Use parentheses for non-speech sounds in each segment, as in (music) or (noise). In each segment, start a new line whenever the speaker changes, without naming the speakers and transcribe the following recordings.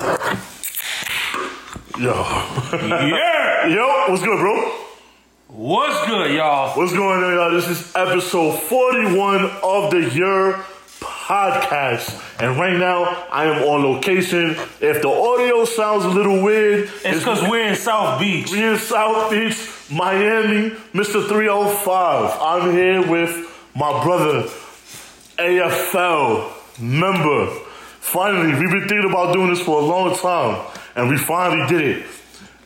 Yo. (laughs)
Yeah!
Yo, what's good, bro?
What's good, y'all?
What's going on, y'all? This is episode 41 of the Year podcast. And right now, I am on location. If the audio sounds a little weird,
It's because we're in South Beach.
we in South Beach, Miami, Mr. 305. I'm here with my brother, AFL member. Finally, we've been thinking about doing this for a long time, and we finally did it.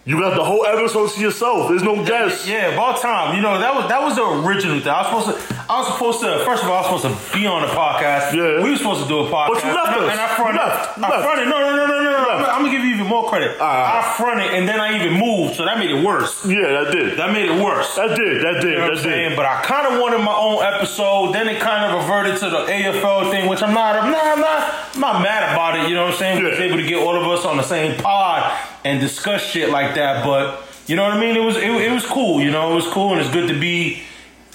You got the whole episode to yourself. There's no guests.
Yeah, about time. You know that was that was the original thing. I was supposed to. I was supposed to. First of all, I was supposed to be on the podcast.
Yeah.
We were supposed to do a
But
podcast.
you left
and I,
us.
and I
You
fronted.
left. You
I
left.
fronted. No, no, no, no, no, no.
left.
I'm gonna give you even more credit.
right.
I fronted, and then I even moved, so that made it worse.
Yeah, that did.
That made it worse.
That did. That did.
You know
that did.
what I'm saying? But I kind of wanted my own episode. Then it kind of reverted to the AFL thing, which I'm not, I'm not, I'm not, I'm not mad about it. You know what I'm saying? We was
Yeah.
able to get all of us on the same pod and discuss shit like that. But you know what I mean? It was, it, it was cool. You know, it was cool, and it's good to be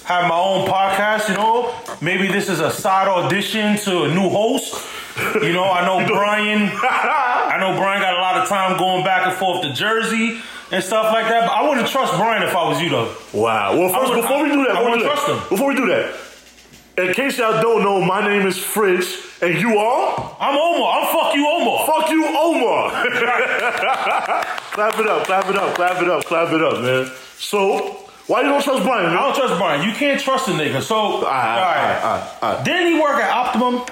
have my own podcast. You know, maybe this is a side audition to a new host. (laughs) You know, I know Brian. I know Brian got a lot of time going back and forth to Jersey and stuff like that. But I wouldn't trust Brian if I was you, though.
(laughs) Wow. Well, first,
would-
before we do that,
I
before we
wouldn't
do that-
trust them.
Before we do that, in case y'all don't know, my name is Fritz, and you are
I'm Omar. I'm fuck you, Omar.
fuck you,
(laughs)
Omar. clap it up, clap it up, clap it up, clap it up, man. So, why you don't trust Brian? Ah,
I
Man?
don't trust Brian. You can't trust a nigga. So, all
alright, alright, alright.
Didn't he work at Optimum?
ah,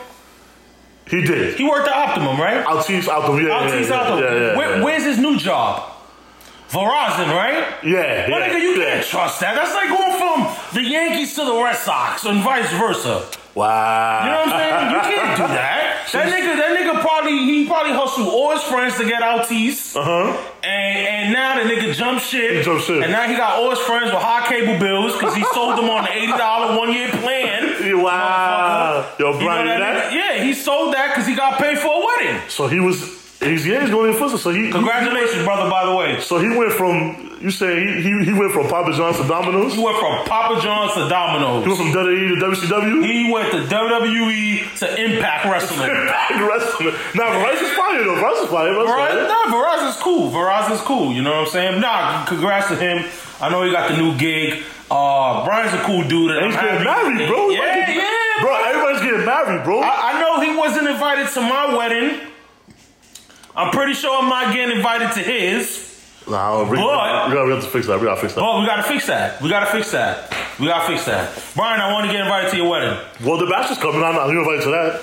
He did.
He worked at Optimum, right?
Altis Altum, yeah,
Altice
yeah,
Optimum.
yeah, yeah,
Where-
yeah.
Where's his new job? Verizon, right?
yeah,
Well,
yeah,
nigga, you
yeah.
can't trust that. That's like going from the Yankees to the Red Sox and vice versa.
Wow.
You know what I'm saying? You can't
(laughs)
do that. That nigga, that nigga probably he probably hustled all his friends to get Altis. Uh
Uh-huh.
And and now the nigga jump shit.
He jump shit.
And now he got all his friends with high cable bills because he sold them on the eighty dollar one year plan.
Wow. Yo,
You know
Brian,
that
that?
nigga- Yeah, he sold that because he got paid for a wedding.
So he was, he's, yeah, he's going in first. So he,
Congratulations, brother. By the way,
so he went from, you say he, he, he went from Papa John's to Domino's?
you went from Papa John's to
You
Domino's.
went from WWE to WCW?
He went to WWE to Impact
(laughs)
Wrestling.
Wrestling. Now, Rice is fire, though. Rice is fire. Rice is fire.
Verizon, nah, Verizon's cool. Verizon's cool. You know what I'm saying? Nah, congrats to him. I know he got the new gig. Uh, Brian's a cool dude. And
He's
I'm
getting
happy.
married, bro.
Yeah,
Everybody's-
yeah.
Bro, everybody's getting married, bro.
I, I know he wasn't invited to my wedding. I'm pretty sure I'm not getting invited to his.
Nah, we,
But-
we, gotta, we have to fix that. We gotta fix that.
But we gotta fix that. We gotta fix that. We gotta fix that. Brian, I want to get invited to your wedding.
well, the bachelor's coming. I'm not invited to that.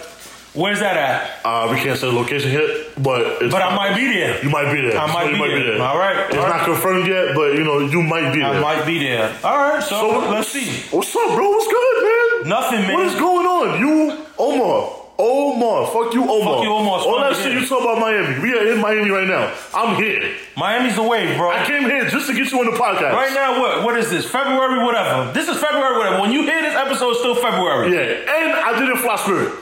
Where's that at?
Uh, we can't say the location yet, but it's,
But I might be there.
you might be there.
I
So
might
you
be
might
there.
be there.
All right,
It's not
all right.
confirmed yet, but you know you might be
I
there.
might be there. All right. So,
So-
let's see.
What's up, bro? What's good, man?
Nothing, man.
What is going on? You, Omar. Omar. Fuck you, Omar.
Fuck you, Omar. It's
All
fun
that
to
shit
hear.
you talk about Miami. We are in Miami right now. I'm here.
Miami's the wave, bro.
I came here just to get you on the podcast.
Right now, what what is this? February, whatever. This is February, whatever. When you hear this episode, it's still February.
Yeah, and I didn't fly spirit.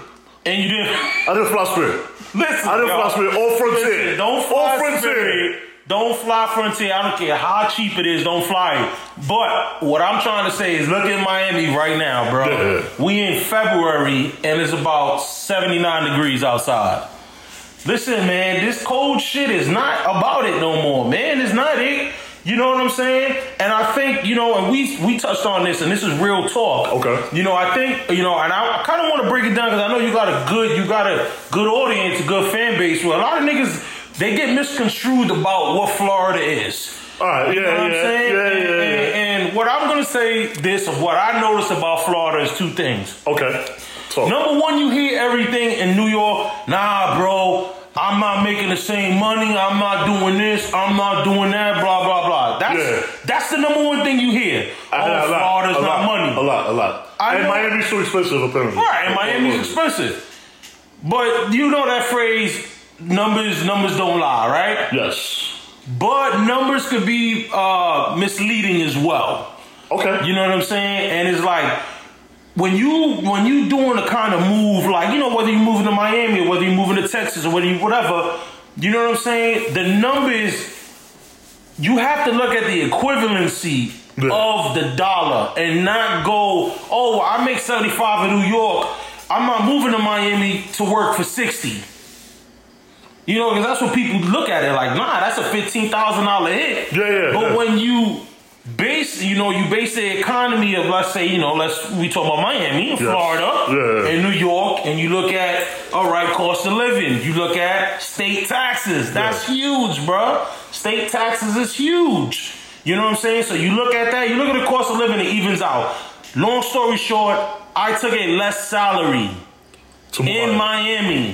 And you didn't (laughs)
I didn't fly spirit.
listen.
I didn't
yo.
fly spirit. All frontier.
Listen, Don't
All
fly
frontier.
frontier. Don't fly frontier. I don't care how cheap it is. Don't fly it. But what I'm trying to say is, look at Miami right now, bro.
Yeah.
We in February and it's about 79 degrees outside. Listen, man, this cold shit is not about it no more, man. It's not it. You know what I'm saying? And I think, you know, and we we touched on this, and this is real talk.
Okay.
You know, I think, you know, and I, I kind of want to break it down because I know you got a good, you got a good audience, a good fan base. Where a lot of niggas they get misconstrued about what Florida is.
All right. Yeah,
You know what I'm
yeah,
saying?
yeah, yeah,
And-
yeah,
and- and what I'm gonna say this of what I notice about Florida is two things.
Okay. So,
Number one, you hear everything in New York. Nah, bro, I'm not making the same money. I'm not doing this. I'm not doing that. Blah blah blah. That's
Yeah.
that's the number one thing you hear.
I had
oh,
a lot,
Florida's
a
not
lot,
money.
A lot, a lot.
I
and
know-
Miami's too expensive, apparently.
Right, and Miami's expensive. But you know that phrase, numbers numbers don't lie, right?
Yes.
But numbers could be uh, misleading as well.
Okay.
You know what I'm saying? And it's like when you when you doing a kind of move like you know whether you're moving to Miami or whether you're moving to Texas or whether you whatever, you know what I'm saying? The numbers you have to look at the equivalency
Yeah.
of the dollar and not go, oh, I make 75 in New York. I'm not moving to Miami to work for 60. You know, because that's what people look at it like, nah, that's a fifteen thousand dollar hit.
Yeah, yeah,
But
yeah.
when you base, you know, you base the economy of let's say, you know, let's we talk about Miami, and Florida,
Yeah.
and New York, and you look at all right, cost of living. You look at state taxes. That's huge, bro. State taxes is huge. You know what I'm saying? So you look at that. You look at the cost of living. It evens out. Long story short, I took a less salary
Tomorrow.
in Miami,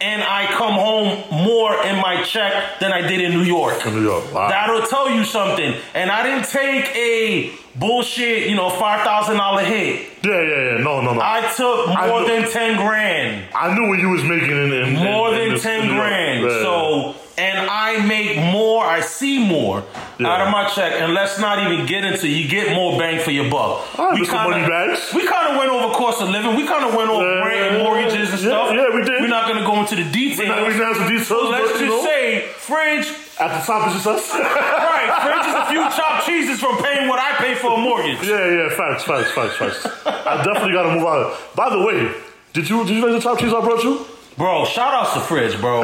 and I come home more in my check than I did in New York.
New York. Wow.
That'll tell you something. And I didn't take a bullshit, you know, five thousand dollar hit.
yeah, yeah, yeah. No, no, no. I,
I took
I
more
know-
than ten grand,
knew what you was making in, in
more
in- in
than
this- in
ten
New York.
grand.
Yeah.
So, and I make more. I see more
Yeah.
out of my check. And let's not even get into you get more bang for your buck.
All right,
we
Mr.
kind
Moneybags.
of we kind of went over cost of living. We kind of went over
Yeah.
rent and mortgages and
Yeah,
stuff.
yeah, we did.
We're not gonna go into the details.
Now we can have some details,
So let's
but,
just
you know,
say, fringe,
at the top is just us.
right? Fringe
(laughs)
is a few chopped cheeses from paying what I pay for a mortgage.
Yeah, yeah, facts, facts, facts, facts. I definitely gotta move on. By the way, did you did you like the top cheese I brought you?
Bro, shout outs to Fridge, bro.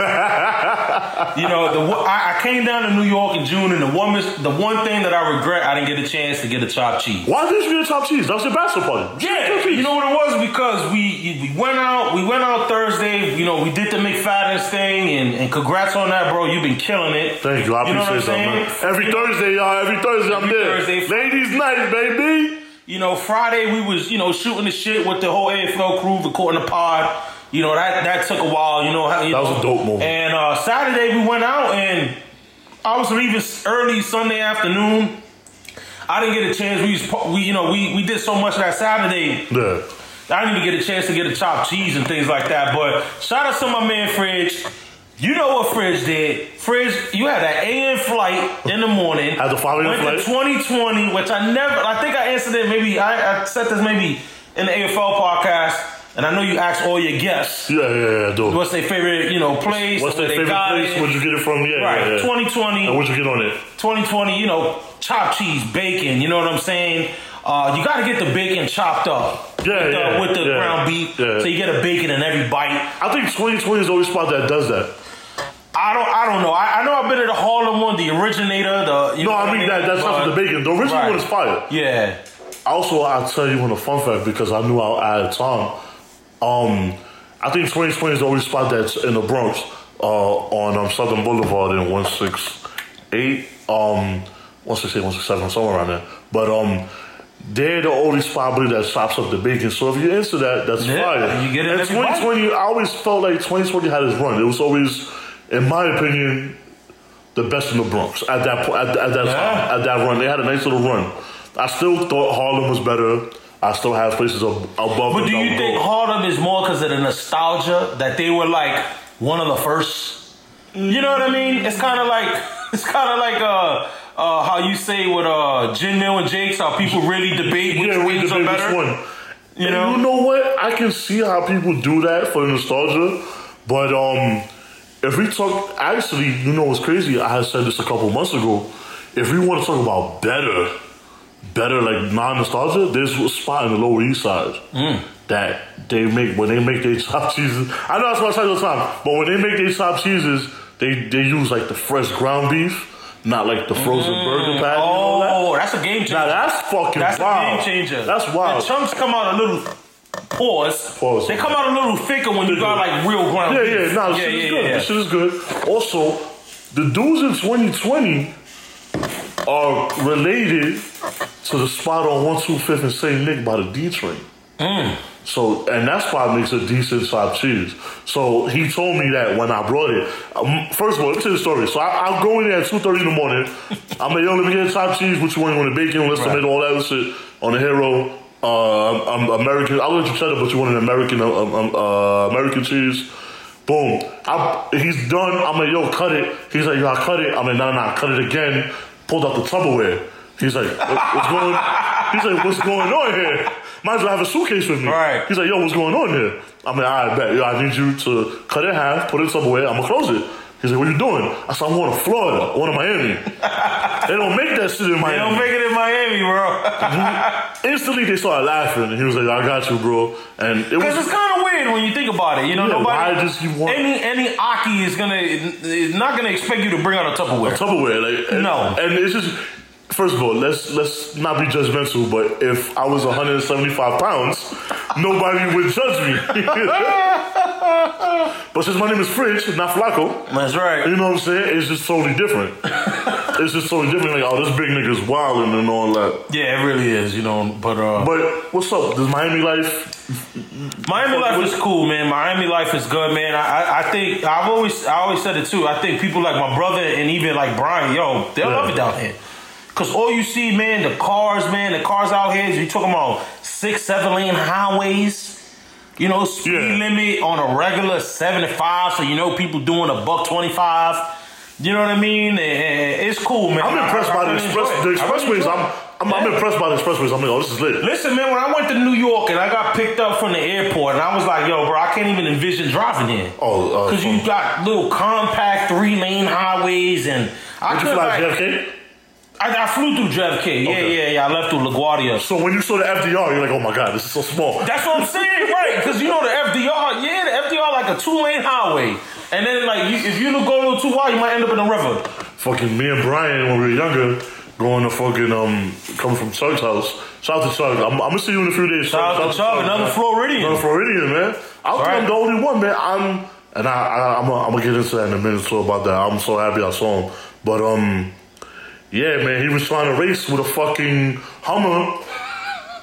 you know, the wo- I, I came down to New York in June, and the one mis- the one thing that I regret, I didn't get a chance to get a chopped cheese.
Why did you get the top cheese? That was your bachelor party.
Yeah, you know what it was because we we went out we went out Thursday. You know we did the McFadden's thing, and, and congrats on that, bro. You've been killing it.
Thank you. I
You know what I'm
appreciate that, man.
saying?
Every Thursday, y'all. Every Thursday, I'm
Every
there.
Thursday.
Ladies' night, baby.
You know, Friday we was, you know, shooting the shit with the whole AFL crew, recording the pod. You know, that that took a while, you know. how- you
That was a
know.
dope moment.
And uh, Saturday we went out and I was leaving early Sunday afternoon. I didn't get a chance. We, was, pa- we you know, we, we did so much that Saturday.
Yeah.
I didn't even get a chance to get a chopped cheese and things like that. But shout out to my man Fridge. You know what Fridge did? Fridge, you had that AM flight in the morning.
Had the following
went
flight.
to 2020, which I never. I think I answered it. Maybe I, I said this maybe in the AFL podcast, and I know you asked all your guests
Yeah, yeah, yeah, dude. What's,
what's their favorite, you know, place,
their
where they
favorite
got
place?
it.
Where'd you get it from? Yeah,
Right,
yeah, yeah.
2020.
And what'd you get on it?
2020, you know, chopped cheese, bacon, you know what I'm saying? Uh, you gotta get the bacon chopped up.
Yeah,
with the,
yeah,
with the
yeah,
ground beef.
yeah.
So you get a bacon in every bite.
I think 2020 is the only spot that does that.
I don't I don't know. I, I know I've been to the Harlem one, the originator, the you
No,
know
I
what
mean that. That's not for the
but-
bacon. The original
Right.
one is fire.
Yeah.
Also, I'll tell you one a fun fact because I knew I out of time. Um, I think 2020 is the only spot that's in the Bronx uh, on um, Southern Boulevard in 168, um, 168, 167, somewhere around there. But um, they're the only spot, I believe, that chops up the bacon. So if you're into that, that's
Yeah,
fire.
you get it
and
every bite.
2020, I always felt like 2020 had its run. It was always, in my opinion, the best in the Bronx at that po- at, at that
Yeah.
time, at that run. They had a nice little run. I still thought Harlem was better. I still have places ab- above.
But
and
do
below.
you think Harlem is more because of the nostalgia that they were like one of the first? You know what I mean? It's kind of like (laughs) it's kind of like uh, uh, how you say with uh, Jin Mill and Jake's how people really debate which
Yeah, we
wings are
debate
better.
which one.
You
And
know?
you know what? I can see how people do that for nostalgia, but um, if we talk, actually, you know what's crazy? I had said this a couple months ago. If we want to talk about better, better like non-nostalgia, there's a spot in the Lower East Side
Mm.
that they make when they make their (laughs) chopped cheeses. I know that's what I say all the time, but when they make their chopped cheeses, they they use like the fresh ground beef. Not like the frozen burger patty. and all that.
Mm. Oh, that's a game changer.
Now that's fucking
That's
wild.
a game changer.
That's wild.
The chunks come out a little. Pause.
Pause.
They come out a little thicker when you got like real ground.
yeah,
beef.
yeah, nah, this
yeah,
shit is
yeah,
good.
yeah.
This shit is good. Also, the dudes in 2020 are related to the spot on 125th and St. Nick by the D train. So, and that's why it makes a decent chopped cheese. So he told me that when I brought it. Um, first of all, let me tell you the story. So I, I go in there at 2.30 in the morning. I'm like, yo, let me get a chopped cheese. What you want? You want a bacon? Let's tomato, all that other shit. On the hero, uh, I'm, I'm American. I'll let you cheddar, but you want an American, um, um, uh, American cheese. Boom. I, he's done. I'm like, yo, cut it. He's like, yo, I cut it. I'm like, nah, nah, cut it again. Pulled out the Tupperware. He's like, what- what's going? (laughs) He's like, what's going on here? Might as well have a suitcase with me.
Right.
He's like, yo, what's going on here? I'm like, all right, bet. Yo, I need you to cut it in half, put it somewhere. I'm going to close it. He's like, what you doing? I said, I'm going to Florida. I'm going to
(laughs)
Miami. they don't make that shit in
They don't
Miami.
make it in Miami,
(laughs)
bro.
Instantly, they started laughing. And he was like, I got you, bro. And it
Because
was,
it's kind of weird when you think about it. You know,
Yeah,
nobody.
why does he want-
any any Aki is gonna is not gonna expect you to bring out a Tupperware.
Tupperware. Like, and-
No.
And it's just, first of all, let's let's not be judgmental. But if I was 175 pounds, nobody would judge me. (laughs) but since my name is Fridge, not Flacco,
That's right.
you know what I'm saying? It's just totally different. it's just totally different. Like, oh, this big nigga's wilding and all that.
Yeah, it really is. You know, but uh,
But what's up? Does Miami life?
Miami life is cool, man. Miami life is good, man. I, I I think I've always I always said it too. I think people like my brother and even like Brian, yo, they love it down here. Cause all you see, man, the cars, man, the cars out here. You talking about six, seven lane highways. You know, speed
Yeah.
limit on a regular seventy five. So you know, people doing a buck twenty five. You know what I mean? And- and It's cool, man.
I'm
I-
impressed
I- I
by the
really
express
enjoy
the
it. I really
expressways.
enjoy it.
I'm I'm, I'm impressed by the expressways. I'm like, oh, this is lit.
Listen, man, when I went to New York and I got picked up from the airport, and I was like, yo, bro, I can't even envision driving here.
Oh, uh,
Because you got little compact three lane highways, and I,
Did you
could,
fly
like,
JFK?
I, I flew through JFK. Yeah,
Okay.
yeah, yeah. I left through LaGuardia.
So when you saw the FDR, you're like, oh my god, this is so small.
That's what I'm saying, (laughs) right? Because you know the FDR, yeah, the FDR like a two lane highway. And then, like, you, if you go a little too wide, you might end up in a river.
Fucking me and Brian when we were younger, going to fucking um coming from Chuck's house. Shout out to Chuck. I'm, I'm gonna see you in a few days.
Shout out to Chubb, another
man.
Floridian.
Another Floridian, man. I think I'm
right.
the only one, man. I'm and I, I I'm gonna- I'm gonna get into that in a minute so about that. I'm so happy I saw him, but um. Yeah, man, he was trying to race with a fucking Hummer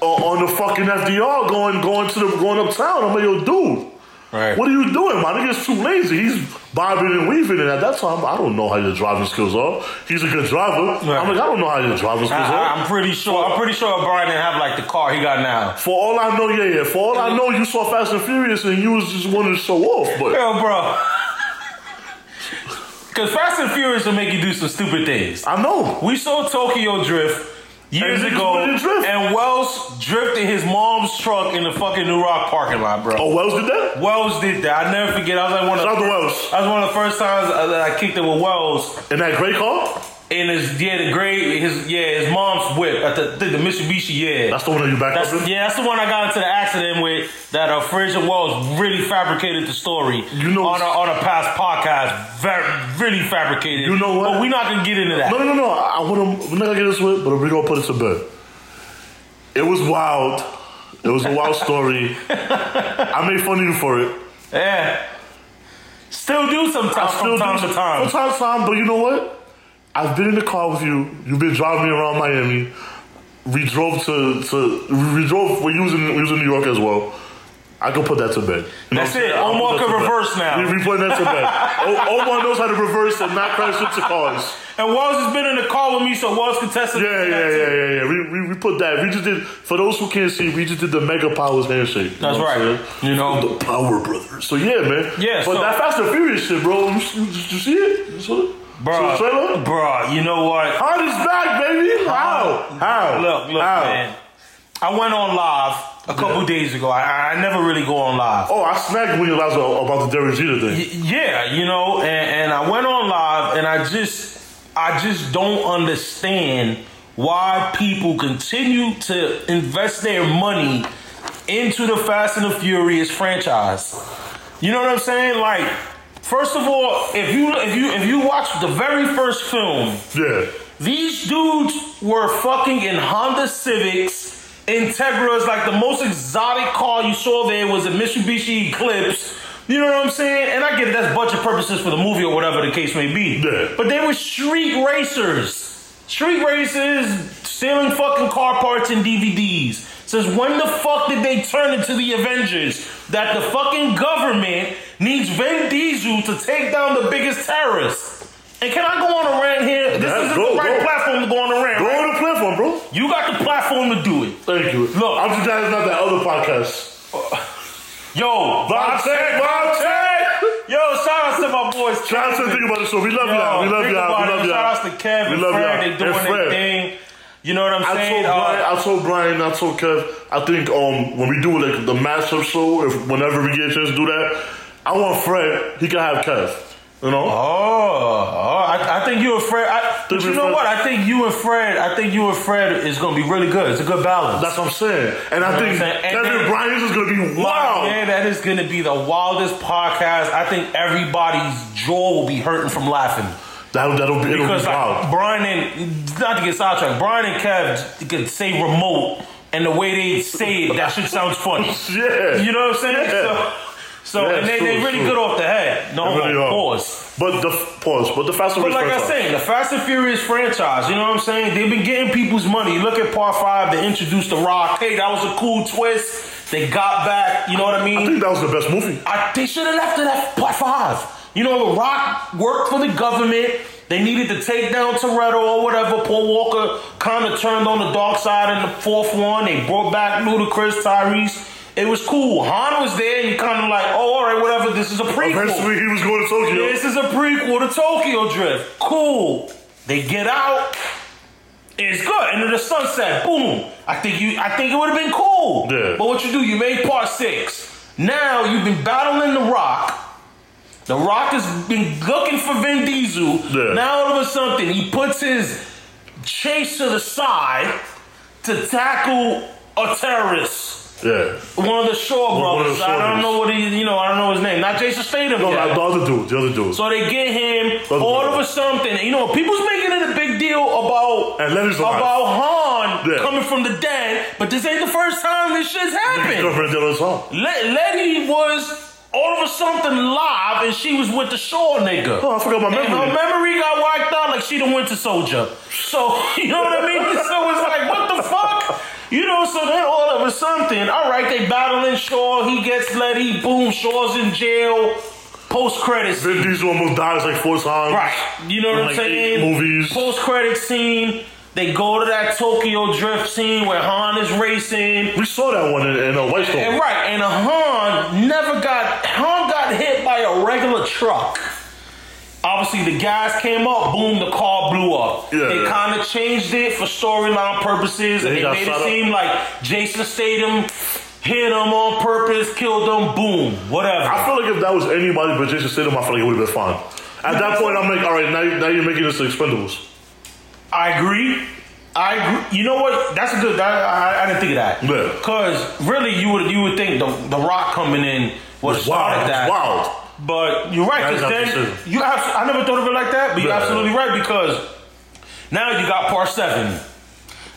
uh, on the fucking FDR going going to the going uptown. I'm like, yo, dude,
Right.
what are you doing? My nigga's too lazy. He's bobbing and weaving, and at that time, I don't know how your driving skills are. He's a good driver.
Right.
I'm like, I don't know how your driving skills
I,
are.
I, I'm pretty sure. I'm pretty sure Brian didn't have like the car he got now.
for all I know, yeah, yeah. For all
Mm-hmm.
I know, you saw Fast and Furious, and you was just wanting to show off, but.
Hell, bro. Because Fast and Furious will make you do some stupid things.
I know.
We saw Tokyo Drift years
And niggas
ago,
wanted to drift.
and Wells drifted his mom's truck in the fucking New Rock parking lot, bro.
Oh, Wells did that?
Wells did that. I never forget. I was like one of
Shout out to Wells.
I was one of the first times uh, that I kicked it with Wells
In that gray car?
in his yeah the great his yeah his mom's whip at the, the, the Mitsubishi yeah.
That's the one that you backed
That's,
up in?
yeah, that's the one I got into the accident with. That uh, Fraser Wells really fabricated the story.
You know-
on a, on a past podcast, very, really fabricated.
You know what?
But we're not gonna get into that.
No, no, no, no. I want to. We're not gonna get this with, but we're gonna put it to bed. It was wild. It was a wild
(laughs)
story. I made fun of you for it.
Yeah, still do sometimes
Still
from time
do-
to time.
From time to time, but you know what? I've been in the car with you. You've been driving me around Miami. We drove to to we drove. We was in we was in New York as well. I can put that to bed. You know what I'm
That's it.
saying? I'll
Omar
put that
can
to bed.
reverse now.
We, we put that to
(laughs)
bed. o- Omar knows how to reverse and not crash into cars.
And Wells has been in the car with me, so Wells can test it.
Yeah, yeah, yeah, yeah, yeah. We, we, we put that. We just did. For those who can't see, we just did the Mega Powers handshake. You
That's
know what I'm
right.
saying?
You know.
the Power Brothers. So yeah, man.
Yeah,
But
so-
that Fast and Furious shit, bro. You, you, you see it? You saw it?
Bruh,
See the trailer?
bruh, you know what?
Hard is back, baby. How? How?
Look, look,
How?
man. I went on live a couple days ago. I, I never really go on live.
Oh, I snagged when you last about the Derek Jeter thing.
Y- yeah, you know, and, and I went on live, and I just, I just don't understand why people continue to invest their money into the Fast and the Furious franchise. You know what I'm saying? Like, first of all, if you if you if you watch the very first film,
Yeah.
these dudes were fucking in Honda Civics. Integras, like the most exotic car you saw there was a Mitsubishi Eclipse. You know what I'm saying? And I get that's budget purposes for the movie or whatever the case may be.
Yeah.
But they were street racers. Street racers stealing fucking car parts and DVDs. Says when the fuck did they turn into the Avengers? That the fucking government needs Vin Diesel to take down the biggest terrorist. And can I go on a rant here? This
Yeah,
isn't
go,
the
go.
right platform to go on a rant.
Go
right?
on the platform, bro.
You got the platform to do it.
Thank you.
Look.
I'm just glad it's not that other podcast.
Yo,
Bob Tech, Bob Tech.
Yo, shout out to my boys.
Shout out to the Think About It Show. We love
Yo,
y'all. We love
think
y'all. We
about it.
love
Shout
y'all.
outs to Kevin,
We love
Fred.
y'all.
They
And
doing their
Fred.
thing. You know what I'm
I
saying? Uh,
told, Brian, I told Brian, I told Kev, I think um when we do like the matchup show, if whenever we get a chance to do that, I want Fred. He can have Kev. You know?
Oh, oh, I, I think you and Fred. I, but
Think
you
we
know
Fred-
what? I think you and Fred. I think you and Fred is gonna be really good. It's a good balance.
That's what I'm saying. And I
You know
think
what I'm saying? And
Kevin
then-
Bryant is going to be
Wow,
wild.
yeah, that is gonna be the wildest podcast. I think everybody's jaw will be hurting from laughing
That'll, that'll be, it'll
because
be
like,
wild. (laughs)
Brian and not to get sidetracked, Brian and Kev could say remote, and the way they say it, that shit sounds funny.
Yeah.
You know what I'm saying?
Yeah.
So, so
Yeah,
and they,
true,
they really
true.
good off the head. No,
They really
no,
are.
pause.
But the pause. But the Fast and
But
Furious
like I
franchise.
said, the Fast and Furious franchise, you know what I'm saying? They've been getting people's money. You Look at Part Five, they introduced the Rock. Hey, that was a cool twist. They got back. You know what I
I
mean?
think that was the best movie.
I, they should have left it at Part Five. You know, the Rock worked for the government. They needed to take down Toretto or whatever. Paul Walker kind of turned on the dark side in the fourth one. They brought back Ludacris, Tyrese. It was cool. Han was there, and you kind of like, oh, all right, whatever. This is a prequel.
Eventually, he was going to Tokyo.
This is a prequel to Tokyo Drift. Cool. They get out. It's good. Into the sunset. Boom. I think you. I think it would have been cool.
Yeah.
But what you do? You made part six. Now you've been battling the Rock. The Rock has been looking for Vin Diesel.
Yeah.
Now all of a sudden he puts his chase to the side to tackle a terrorist.
Yeah.
One of the Shaw
One of the
brothers.
Shaw
I don't
brothers.
know what he. You know. I don't know his name. Not Jason Statham.
No,
yet.
the other dude. The other dude.
So they get him
Doesn't
all
matter.
of a something. You know, people's making it a big deal about
And Leonard's alive.
about Han
Yeah.
coming from the dead, but this ain't the first time this shit's
His
happened.
girlfriend did all the song.
Le- Letty was all of a something live, and she was with the Shaw nigga.
Oh, I forgot my
And her
memory.
memory got wiped out like she done went to soldier. So (laughs) you know what I mean? So it's like, what the fuck? You know, so then all of a something. All right, they battling Shaw. He gets Letty. Boom, Shaw's in jail. Post credits.
Vin Diesel almost dies like four times.
Right. You know what I'm
Like eight
saying?
movies.
Post credit scene. They go to that Tokyo Drift scene where Han is racing.
We saw that one in, in uh, White Storm.
And right, and Han never got Han got hit by a regular truck. Obviously, the guys came up. Boom, the car blew up.
Yeah,
they
yeah.
kind of changed it for storyline purposes.
Yeah,
and
he
they
got
made
shot
it
up.
seem like Jason Statham hit him on purpose, killed him. Boom, whatever.
I feel like if that was anybody but Jason Statham, I feel like it would have been fine. At that point, I'm like, all right, now, now you're making this the Expendables.
I agree. I agree. You know what? That's a good. That, I, I didn't think of that.
Yeah.
Because really, you would you would think the the Rock coming in would have started
Wow,
that.
it's wild.
But you're right.
That is
Because then
not true.
you abs- I never thought of it like that. But you're
Yeah.
absolutely right because now you got part seven.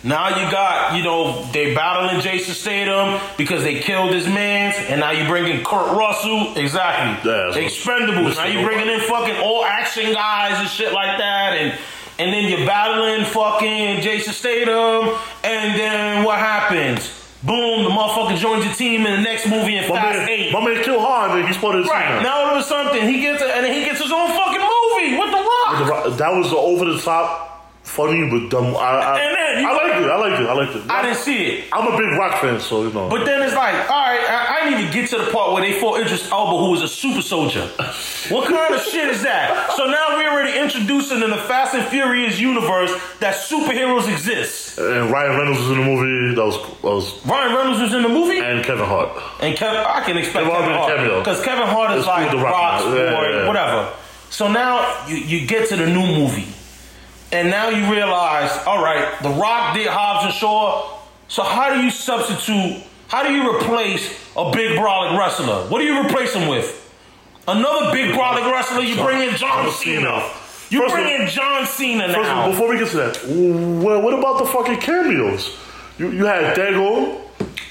Now you got you know they battling Jason Statham because they killed his man's, and now you bringing Kurt Russell. Exactly.
Yeah, that's what-
Expendables. Now you bringing in fucking all action guys and shit like that, and and then you're battling fucking Jason Statham, and then what happens? Boom! The motherfucker joins your team in the next movie in
My
Fast
man,
Eight.
my man killed Han and he's part of the
Right
team now.
now, all of a sudden, he gets a, and then he gets his own fucking movie with the Rock.
The Rock- That was the over the top, funny but dumb. I, I,
And then you-
I liked it. I liked it. I liked it.
I didn't see it,
I'm a big rock fan, so you know.
but then it's like, all right, I, I didn't even get to the part where they fought Idris Elba, who was a super soldier. What kind of shit is that? So now we're already introducing in the Fast and Furious universe that superheroes exist.
and Ryan Reynolds was in the movie. That was that was
Ryan Reynolds was in the movie,
and Kevin Hart.
and Kevin, I can expect
Kevin Hart made
Kevin
a
Hart
cameo.
because Kevin Hart is
It's cool
like
to rock
Rock's
now. Yeah,
boy,
yeah, yeah.
whatever. So now you, you get to the new movie, and now you realize, all right, The Rock did Hobbs and Shaw. So how do you substitute? How do you replace a big brawling wrestler? What do you replace him with? Another big brawling wrestler? You bring in John
John Cena.
Cena. You
First of
bring
all-
in John Cena
First of all,
now.
before we get to that, well, what about the fucking cameos? You you had Dago,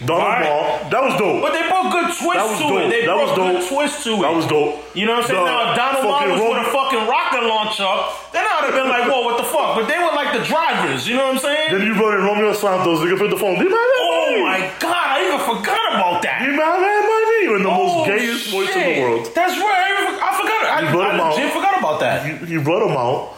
Donald
Right.
Ball. That was dope.
But they brought good
That
twists
was
to it.
dope.
They
That was
brought good
dope.
twists to it.
That was dope.
You know what I'm
The
saying? now, if Donald
fucking
Wallace
Roman-
with a fucking rocket launcher, then I would have been like, whoa, what the fuck? But they were like the drivers, you know what I'm saying?
Then you brought in Romeo Santos. Nigga picked the phone. Do you mind that
oh
money?
my god, I even forgot about that.
Do you mind that money? In the
Oh,
most gayest voice in
shit.
the world.
That's right. I, even- I forgot. I,
You brought him
I
out.
legit forgot about that.
He, he brought him out.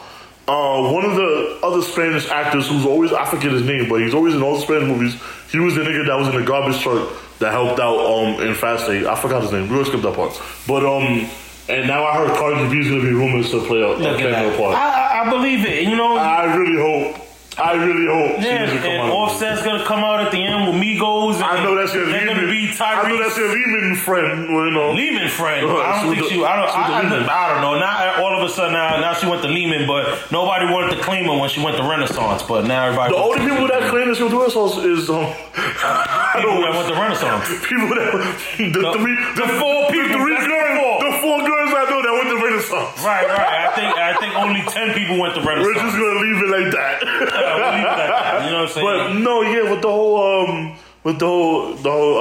Uh, one of the other Spanish actors who's always I forget his name, but he's always in all the Spanish movies. He was the nigga that was in the garbage truck that helped out um in Fast Eight. I forgot his name. We will skip that part. But um, and now I heard Cardi B's gonna be rumored to play a, a
Look at
cameo
that.
part. Ah,
I, I, I believe it. You know,
I really hope I really hope she
Yeah,
doesn't come
and
out.
Offset's gonna come out at the end with Migos. And
I know that's your
they're
Lehman.
gonna be
I know
Tyrese
that's your Lehman friend. You know.
Lehman friend.
Uh, she
I don't
was
think
the-
she. I don't.
she was the
I, I,
Lehman.
I don't know. Now all of a sudden now, now she went to Lehman, but nobody wanted to claim her when she went to Renaissance. But now everybody.
The only people that claim that she was doing sauce is um, (laughs) I
people
don't
that went to Renaissance.
people that the, three
the four people,
the three
that's
girls
four.
the four girls I know that went to Renaissance.
Right, right. I think I think only ten people went to
We're just
Renaissance.
gonna leave it like that.
we'll leave it like that. You
(laughs)
know what I'm
But
saying?
no, yeah, with the whole um, with the whole the whole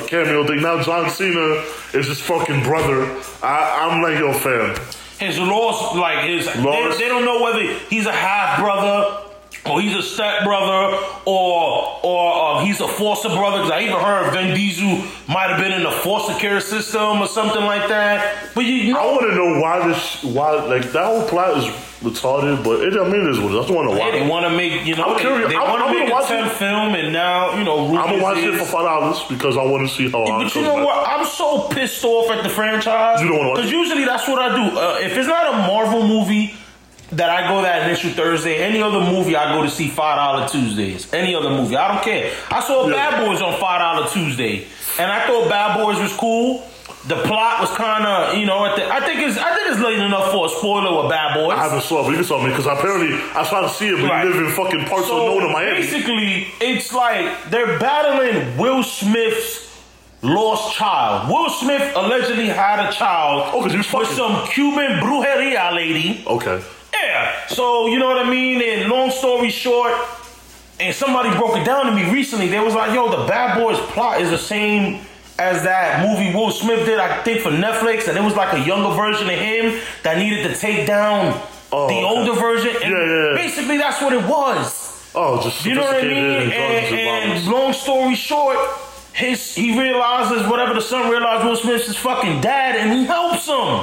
uh, cameo thing. Now John Cena is his fucking brother. I, I'm like yo fam.
His loss, like his,
Loss.
They, they don't know whether he's a half brother. Or he's a step brother, or or um, he's a foster brother. Because I even heard Vin Diesel might have been in the foster care system or something like that. But you, you
I
know,
want to know why this why like that whole plot is retarded. But it, I mean, it is what it is. I just want to
yeah,
watch.
they
it.
want to make you know
I'm
they,
curious.
they
I'm-
want
I'm
to
gonna
make a
watch
ten
it.
film, and now you know
I'm gonna watch it for
is-
five dollars because I want to see how. hard it
But you
comes
know
back.
what? I'm so pissed off at the franchise.
You don't wanna watch
Because usually that's what I do. Uh, if it's not a Marvel movie that I go that initial Thursday, any other movie I go to see five dollar Tuesdays. Any other movie, I don't care. I saw
Yeah.
Bad Boys on five dollar Tuesday, and I thought Bad Boys was cool. The plot was kind of, you know, at the, I think it's I think it's late enough for a spoiler with Bad Boys.
I haven't saw it, but you can saw me because apparently I tried to see it, but
Right.
you live in fucking parts unknown to Miami.
Basically, it's like they're battling Will Smith's lost child. Will Smith allegedly had a child
Oh, 'cause he was
with
fucking-
some Cuban brujeria lady.
Okay.
Yeah. So you know what I mean? And long story short, and somebody broke it down to me recently. They was like, yo, the bad boys plot is the same as that movie Will Smith did, I think, for Netflix, and it was like a younger version of him that needed to take down
Oh,
the
okay.
older version. And
Yeah, yeah, yeah.
Basically that's what it was.
Oh, just
You know what I mean?
sophisticated
And,
and drugs
and
violence.
long story short, his he realizes whatever the son realized Will Smith's his fucking dad, and he helps him.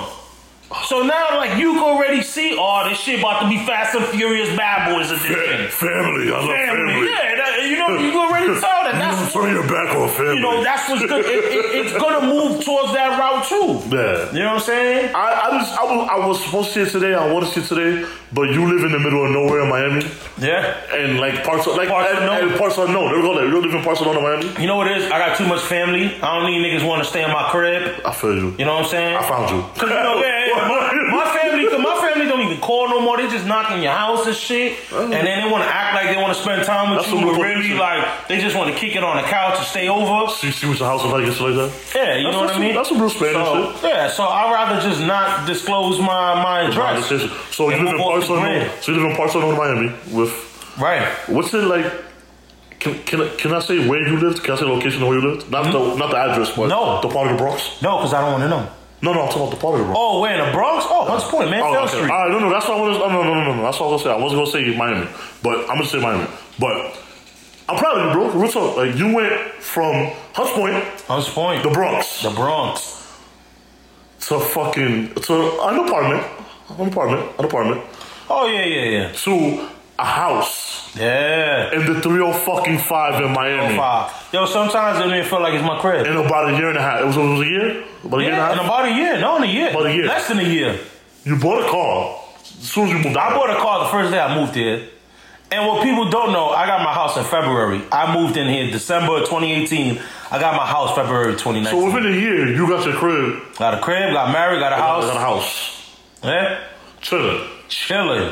So now, like you can already see, oh, this shit about to be Fast and Furious Bad Boys edition.
Family, I love family.
Family, yeah, that, you know, you can already tell that
You know,
that's
turn your back on family.
you know that's what's good. It, it, it's gonna move towards that route too.
yeah.
You know what I'm saying?
I, I just I was, I was supposed to see it today. I want to see it today, but you live in the middle of nowhere in Miami,
Yeah.
and like parts of, like
Parts
and,
unknown.
and parts unknown. They're going you live in parts unknown in Miami.
You know what it is? I got too much family. I don't need niggas want to stay in my crib.
I feel you.
You know what I'm saying?
I found you. (laughs)
Cause (laughs) you know, yeah, yeah, my, my family, cause my family don't even call no more. They just knock in your house and shit, and then they want to act like they want to spend time with
That's
you,
some
but
real
really
shit.
like they just want to kick it on the couch and stay over.
See, see what your house is like and shit like that.
Yeah, you
That's-
know what
that's
I mean.
some- that's some real Spanish
so, Yeah, so I'd rather just not disclose my my address.
So you
And
live in
move off
parts
the
unknown.
grid.
So you live in parts unknown in Miami with
right?
What's it like? Can, can, I- can I say where you lived? Can I say location of where you lived? Not the not the address, but
Hmm? No.
the part of the Bronx.
No, cause I don't want to know.
No, no, I'm talking about the part of the Bronx.
Oh, where in the Bronx? Oh, Hunts Point, man, Fell
okay.
Street.
All right, no, no, that's not what. I was, no, no, no, no, no, that's not what I was gonna say. I wasn't gonna say Miami, but I'm gonna say Miami. But I'm proud of you, bro. What's up? Like you went from Hunts Point,
Hunts Point,
the Bronx,
the Bronx.
to fucking to an apartment, an apartment, an apartment,
Oh yeah, yeah,
to a house
yeah, yeah.
in the 305 fucking five in Miami.
oh Five. Yo, sometimes it don't even feel like it's my crib.
In about a year Mm. and a half. It was, it was a year. About a year and a
Yeah,
half.
in about a year, no, in a year,
About a year.
less than a year.
You bought a car. As soon as you moved out,
I bought a car the first day I moved here. And what people don't know, I got my house in February. I moved in here December of 2018. I got my house February 2019.
So within a year, you got your crib,
got a crib, got married, got a
I got a
house.
house,
Yeah,
chilling.
chilling.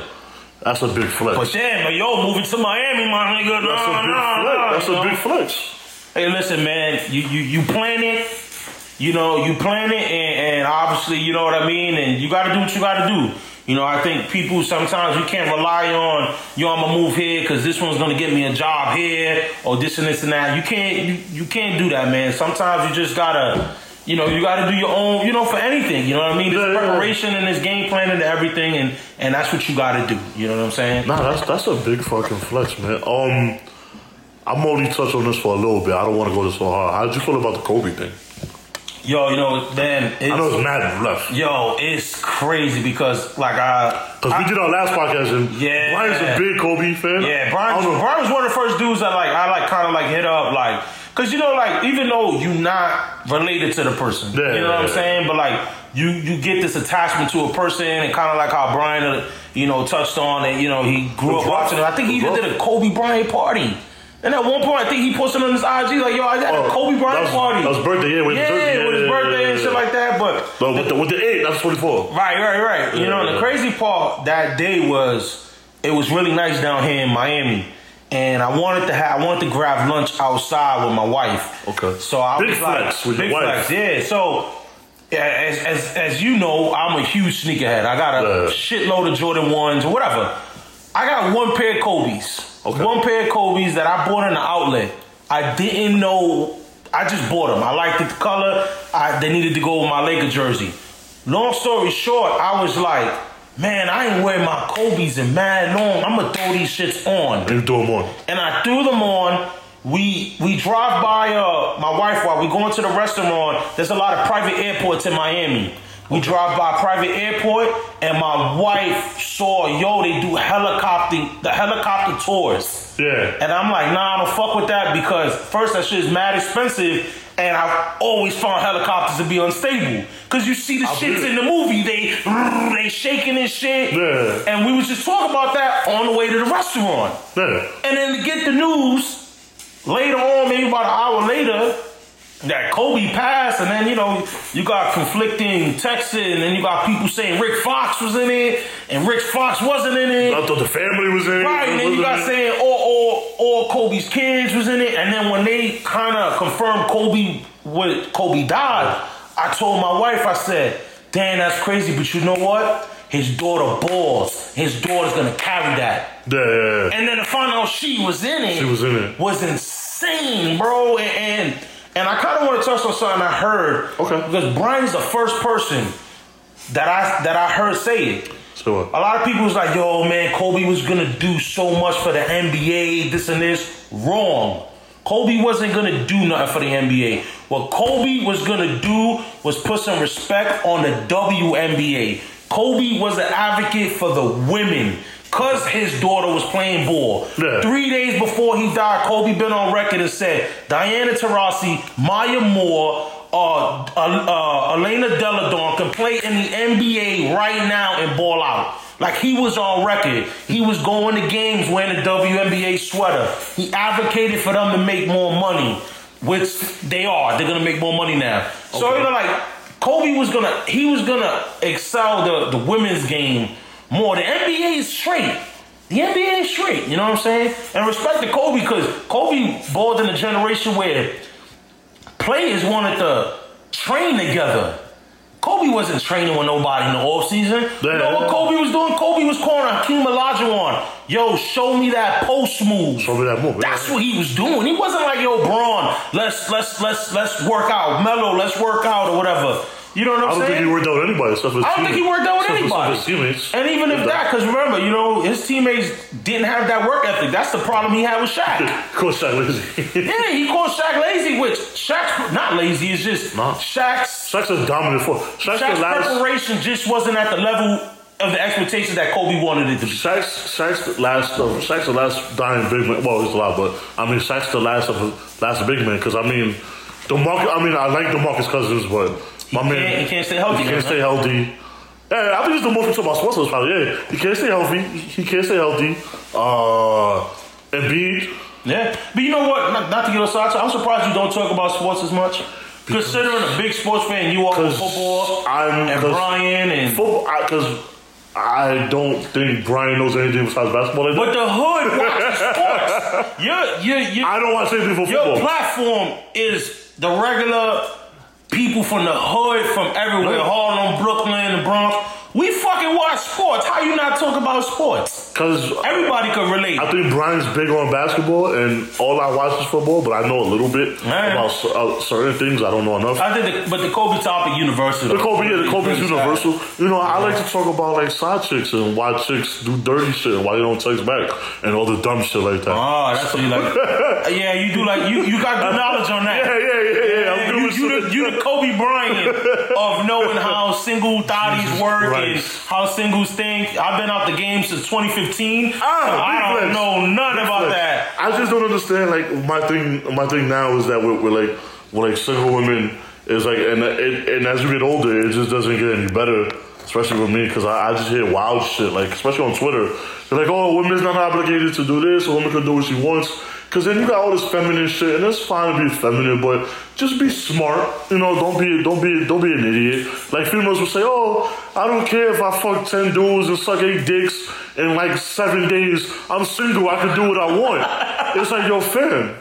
That's a big flex.
But damn, but yo, moving to Miami, my nigga.
That's a
nah,
big
nah,
flex.
nah,
That's
you know?
a big flex.
Hey, listen, man. You you you plan it. You know, you plan it, and, and obviously, you know what I mean. And you got to do what you got to do. You know, I think people sometimes you can't rely on yo. I'm gonna move here because this one's gonna get me a job here, or this and this and that. You can't you, you can't do that, man. Sometimes you just gotta. You know, you got to do your own. You know, for anything. You know what I mean?
Yeah,
There's
yeah, yeah.
preparation and there's game plan and everything, and and that's what you got to do. You know what I'm saying?
Nah, that's that's a big fucking flex, man. Um, I'm only touch on this for a little bit. I don't want to go this so hard. How would you feel about the Kobe thing?
Yo, you know, man. It's,
I know it's mad left
yo, it's crazy because like I.
because we did our last podcast and
Yeah.
Brian's a big Kobe fan.
Yeah,
I (laughs)
Brian.
don't know.
Brian was one of the first dudes that like I like kind of like hit up like Cause you know, like even though you not related to the person,
Yeah,
you know what I'm
yeah.
saying, but like you you get this attachment to a person, and kind of like how Brian, uh, you know, touched on, and you know he grew up
Who
watching it. I think he even
Who
did a Kobe Bryant party. And at one point, I think he posted on his IG like, "Yo, I got
Oh,
a Kobe
that
Bryant
was-
party."
that was birthday, yeah, with his
yeah,
birthday,
with
yeah,
his
yeah,
birthday
yeah,
and shit
yeah.
like that. But
But with the, with the eight, that's 24.
Right, right, right. You know,
Yeah.
the crazy part that day was it was really nice down here in Miami, and I wanted to have I wanted to grab lunch outside with my wife.
Okay.
So I
Big
was like,
flex with your
big
wife.
flex, yeah. So. yeah, As, as as you know, I'm a huge sneakerhead. I got a
Yeah.
shitload of Jordan ones or whatever. I got one pair of Kobe's.
Okay.
One pair of Kobe's that I bought in the outlet. I didn't know. I just bought them. I liked the color. I, they needed to go with my Laker jersey. Long story short, I was like, man, I ain't wearing my Kobe's in mad long. I'm gonna throw these shits on.
You do them on.
And I threw them on. We we drive by uh, my wife while we going to the restaurant. There's a lot of private airports in Miami. We drive by a private airport, and my wife saw yo they do helicopter the helicopter tours.
Yeah.
And I'm like, nah, I don't fuck with that because first that shit is mad expensive, and I've always found helicopters to be unstable. Cause you see the shits
believe it.
in the movie, they they shaking and shit.
Yeah.
And we was just talking about that on the way to the restaurant.
Yeah.
And then to get the news later on, maybe about an hour later, that Kobe passed, and then you know you got conflicting texts, and then you got people saying Rick Fox was in it, and Rick Fox wasn't in it.
I thought the family was in.
Right, and then you got saying all, all, all Kobe's kids was in it, and then when they kind of confirmed Kobe, what Kobe died, I told my wife, I said, "Damn, that's crazy, but you know what? His daughter balls. His daughter's gonna carry that."
Yeah, yeah, yeah.
And then to find out she was in it,
She was in it.
was insane, bro. And and, and I kind of want to touch on something I heard.
Okay.
Because Brian's the first person that I that I heard say it.
So what?
A lot of people was like, "Yo, man, Kobe was gonna do so much for the NBA, this and this." Wrong. Kobe wasn't gonna do nothing for the NBA. What Kobe was gonna do was put some respect on the WNBA. Kobe was an advocate for the women. Cause his daughter was playing ball.
Yeah.
Three days before he died, Kobe been on record and said Diana Taurasi, Maya Moore, uh, uh, uh, Elena Deladon can play in the NBA right now and ball out. Like he was on record. He was going to games wearing a WNBA sweater. He advocated for them to make more money, which they are. They're gonna make more money now. So
Okay.
you know, like Kobe was gonna, he was gonna excel the the women's game more. The NBA is straight. The NBA is straight, you know what I'm saying? And respect to Kobe because Kobe balled in a generation where players wanted to train together. Kobe wasn't training with nobody in the offseason. You know what Kobe was doing? Kobe was calling Hakeem Olajuwon. Yo, show me that post move.
Show me that move.
That's what he was doing. He wasn't like yo, Braun. Let's let's let's let's work out, Mello. Let's work out or whatever. You know what I'm
I don't
saying?
think he worked out with anybody. Except for his
I don't think he
teammates.
worked out with
Except for- except for
anybody.
his teammates.
And even if
Yeah.
that, because remember, you know, his teammates didn't have that work ethic. That's the problem he had with
(laughs)
Shaq.
Of course, Shaq Lazy.
yeah, he called Shaq lazy, which Shaq's not lazy. It's just
No.
Shaq's,
Shaq's a dominant force. Shaq's,
Shaq's
the last.
preparation just wasn't at the level of the expectations that Kobe wanted it to be.
Shaq's, Shaq's the last of Shaq's the last dying big man. Well, he's alive, but I mean Shaq's the last of last big man. Because I mean, Demarcus. I mean, I like Demarcus Cousins, but my man,
can't- he can't stay healthy,
He can't
man,
stay healthy. Yeah, I think it's the most about Swanson probably. Yeah, he can't stay healthy. He can't stay healthy. Uh, Embiid.
Yeah. But you know what? Not, not to get us out, I'm surprised you don't talk about sports as much. Considering a big sports fan, you are with
Because
football
I'm
and
because
Brian and.
football. Because I, don't think Brian knows anything besides basketball.
But the hood
(laughs)
watches sports. You're, you're, you're,
I don't watch anything for
Your
football.
platform is the regular people from the hood, from everywhere,
Right.
Harlem, Brooklyn, the Bronx. We fucking watch sports. How you not talk about sports?
Because
Everybody can relate.
I think Brian's big on basketball, and all I watch is football. But I know a little bit
Man.
about cer- uh, certain things. I don't know enough.
I think, the, but the Kobe topic universal.
the Kobe, yeah, the Kobe's universal. You know, I like to talk about like side chicks and why chicks do dirty shit and why they don't text back and all the dumb shit like that.
Oh, that's what
(laughs)
you like. yeah, you do like you. You got good knowledge on that.
yeah, yeah, yeah, yeah,
Yeah,
I'm good
you,
with
you, the,
(laughs)
you the Kobe Bryant of knowing how single thotties work and
Christ.
how singles think. I've been out the game since 2015. 15.
Ah,
I don't
reflex.
know none about
Like,
that.
I just don't understand. Like my thing, my thing now is that we're, we're like we're like single women is like, and it, and as you get older, it just doesn't get any better. Especially with me, because I, I just hear wild shit. Like especially on Twitter, they're like, "Oh, women's not obligated to do this. A woman can do what she wants." Because then you got all this feminine shit, and it's fine to be feminine, but just be smart. You know, don't be don't be don't be an idiot. Like females will say, "Oh, I don't care if I fuck ten dudes and suck eight dicks in like seven days. I'm single. I can do what I want." it's like, yo, fam,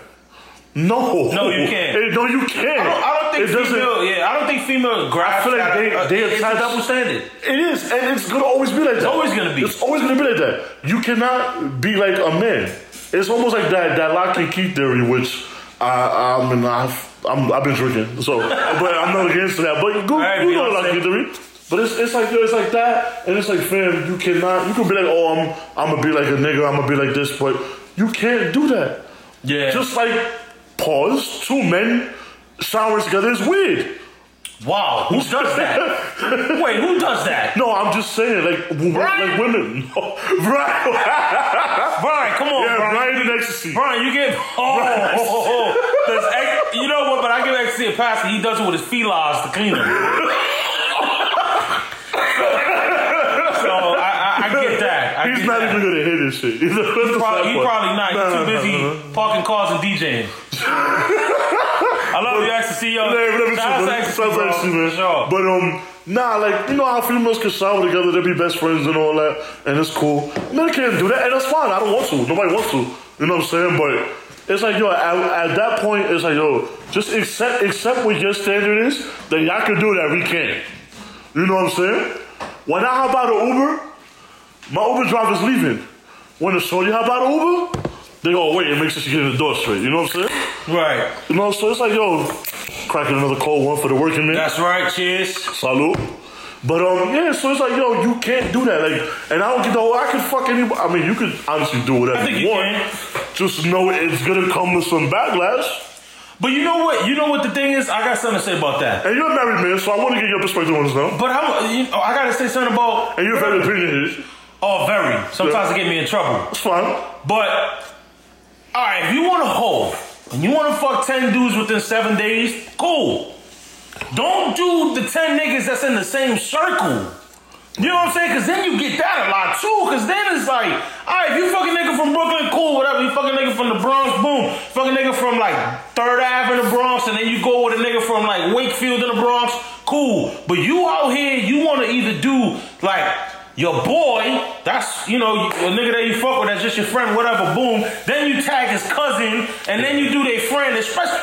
no,
No, you can't.
Eh, no, you can't.
I don't, I don't think
it doesn't.
female, yeah, I don't think females graphic.
feel like they- they
it's a
attach-
double standard.
It is, and it's gonna always be like that. It's
always gonna be.
It's always gonna be like that. You cannot be like a man. It's almost like that that lock and key theory, which I, I mean, I've I'm, I've been drinking, so but I'm not against that. But go,
right,
you know
Beyonce.
lock and key theory. But it's, it's like yo, it's like that, and it's like fam, you cannot. You can be like, oh, I'm I'm gonna be like a nigga, I'm gonna be like this, but you can't do that.
Yeah.
Just like pause, two men showering together is weird.
wow, who
(laughs)
does that? Wait, who does that?
No, I'm just saying, like, w- w-
Brian?
like women. (laughs) right.
Brian, come on,
yeah,
Brian.
Brian in ecstasy.
Brian, you get oh, oh, oh, (laughs) oh. Does X- you know what? But I give XC a pass. 'cause He does it with his felines to clean them. (laughs) so I, I, I get that. I
He's
get
not
that.
even gonna hear this shit. (laughs) He's,
Probably, he probably not. He's too busy parking cars and DJing. I love you, XC. Yo, shout out to XC,
Sounds
bro.
like she, man.
For sure.
But um, nah, like you know how females can shower together, they be best friends and all that, and it's cool. Men can't do that, and that's fine. I don't want to. Nobody wants to. You know what I'm saying? But it's like yo, at, at that point, it's like yo, just accept accept what your standard is that y'all can do that we can't. You know what I'm saying? When I hop out of Uber, my Uber driver's leaving. When the shorty hop out of Uber, they go "Oh, wait and make sure she get in the door straight. You know what I'm saying?
right.
You know, so it's like, yo, cracking another cold one for the working man.
That's right. Cheers.
Salute. But um, yeah, so it's like, yo, you can't do that. Like, and I don't get the whole. I can fuck anybody. I mean, you can honestly do whatever
I think you
want.
can.
Just know it's gonna come with some backlash.
But you know what? You know what the thing is? I got something to say about that.
And you're a married man, so I want to get your perspective on this now.
But how? You know, I gotta say something about.
And your very opinion is
Oh, very. Sometimes it get me in trouble.
it's fine.
But all right, if you want to hoe and you want to fuck ten dudes within seven days, cool. Don't do the ten niggas that's in the same circle. You know what I'm saying? Because then you get that a lot too. Because then it's like, all right, if you fucking nigga from Brooklyn, cool, whatever. You fucking nigga from the Bronx, boom. Fucking nigga from like Third Ave in the Bronx, and then you go with a nigga from like Wakefield in the Bronx, cool. But you out here, you want to either do like your boy, that's you know a nigga that you fuck with, that's just your friend, whatever. Boom. Then you tag his cousin, and then you do their friend. Especially,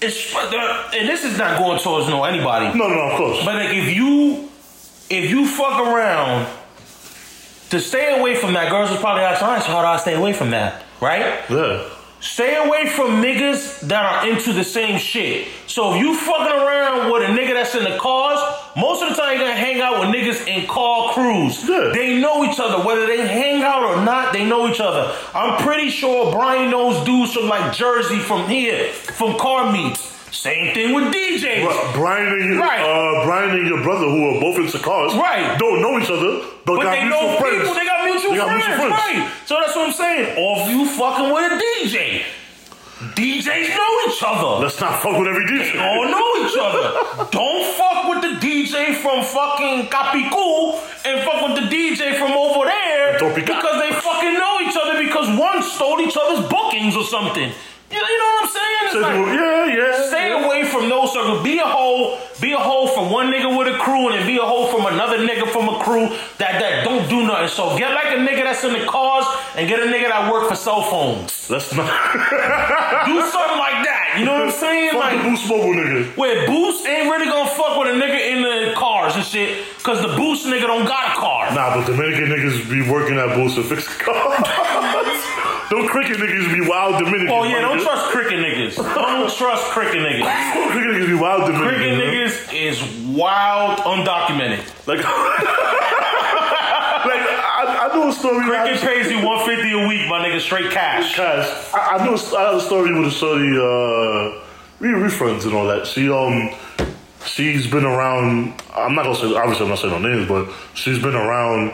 it's, and this is not going towards no anybody.
No, no, no, of course.
But like if you if you fuck around to stay away from that, girls was probably asking, "All right, so how do I stay away from that? Right?
yeah.
Stay away from niggas that are into the same shit. So if you fucking around with a nigga that's in the cars, most of the time you're gonna hang out with niggas in car crews.
Yeah.
They know each other, whether they hang out or not. They know each other. I'm pretty sure Brian knows dudes from like Jersey, from here, from car meets. Same thing with DJs.
Bri- Brian and
Right.
uh, Brian and your brother, who are both into cars,
Right.
Don't know each other, but,
But
got
they
mutual
know
friends.
people. They got mutual
They got
friends,
mutual friends.
right? So that's what I'm saying. Or if you fucking with a DJ, DJs know each other.
Let's not fuck with every DJ.
They all know each other. Don't fuck with the DJ from fucking Capicu and fuck with the DJ from over there
Topica.
because they fucking know each other because one stole each other's bookings or something. You know, you know what I'm saying? It's
Said
like-
you were- yeah, yeah.
Stay away from those circles. Be a hoe. Be a hoe from one nigga with a crew, and then be a hoe from another nigga from a crew that that don't do nothing. So get like a nigga that's in the cars, and get a nigga that work for cell phones.
Let's not. Fuck
Do something like that. You know what (laughs) I'm saying?
the
Like.
Boost Mobile nigga.
Where Boost ain't really gonna fuck with a nigga in the cars and shit, cause the Boost nigga don't got a car.
Nah, but Dominican niggas be working at Boost to fix
(laughs)
cars. Them cricket niggas be wild Dominican.
Oh yeah,
my
don't
nigga.
trust cricket niggas. Don't trust cricket niggas.
Cricket niggas be wild Dominican. man.
Cricket niggas is wild, undocumented.
Like, (laughs) like I, I know a story.
Cricket
Cricket
pays you 150 a week, my nigga, straight cash.
Guys, I, I know I had a story with a shorty. Uh, we we friends and all that. She um, she's been around. I'm not gonna say obviously I'm not saying no names, but she's been around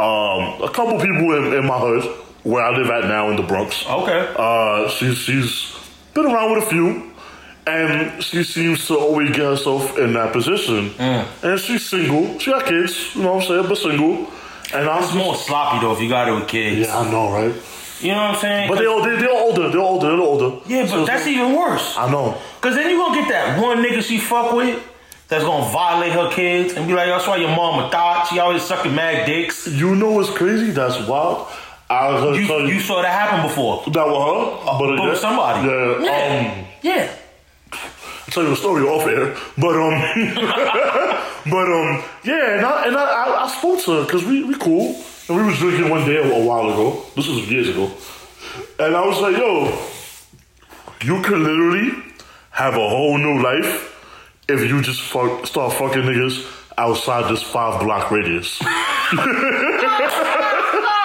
um, a couple people in, in my hood where I live at now in the Bronx.
Okay.
Uh, she's she's been around with a few, and she seems to always get herself in that position. And she's single. She got kids. You know what I'm saying? But single. And I'm
It's more sloppy though if you got it with kids.
Yeah, I know, right?
You know what I'm saying?
But they all they, they're older. They're older. They're older.
yeah,
So
but
it's
that's
like-
even worse.
I know.
Cause then you gonna get that one nigga she fuck with that's gonna violate her kids and be like, that's why your mama thought she always sucking mad dicks.
You know what's crazy? That's wild. I was gonna
You,
tell you,
you saw that happen before.
that with her, but, uh,
But
yeah,
with Oh, somebody.
Yeah. Um,
yeah.
tell you a story off air, but um, (laughs) but um, yeah, and I and I, I, I spoke to her because we we cool, and we was drinking one day a while ago. This was years ago, and I was like, yo, you could literally have a whole new life if you just fuck, start fucking niggas outside this five block radius. (laughs)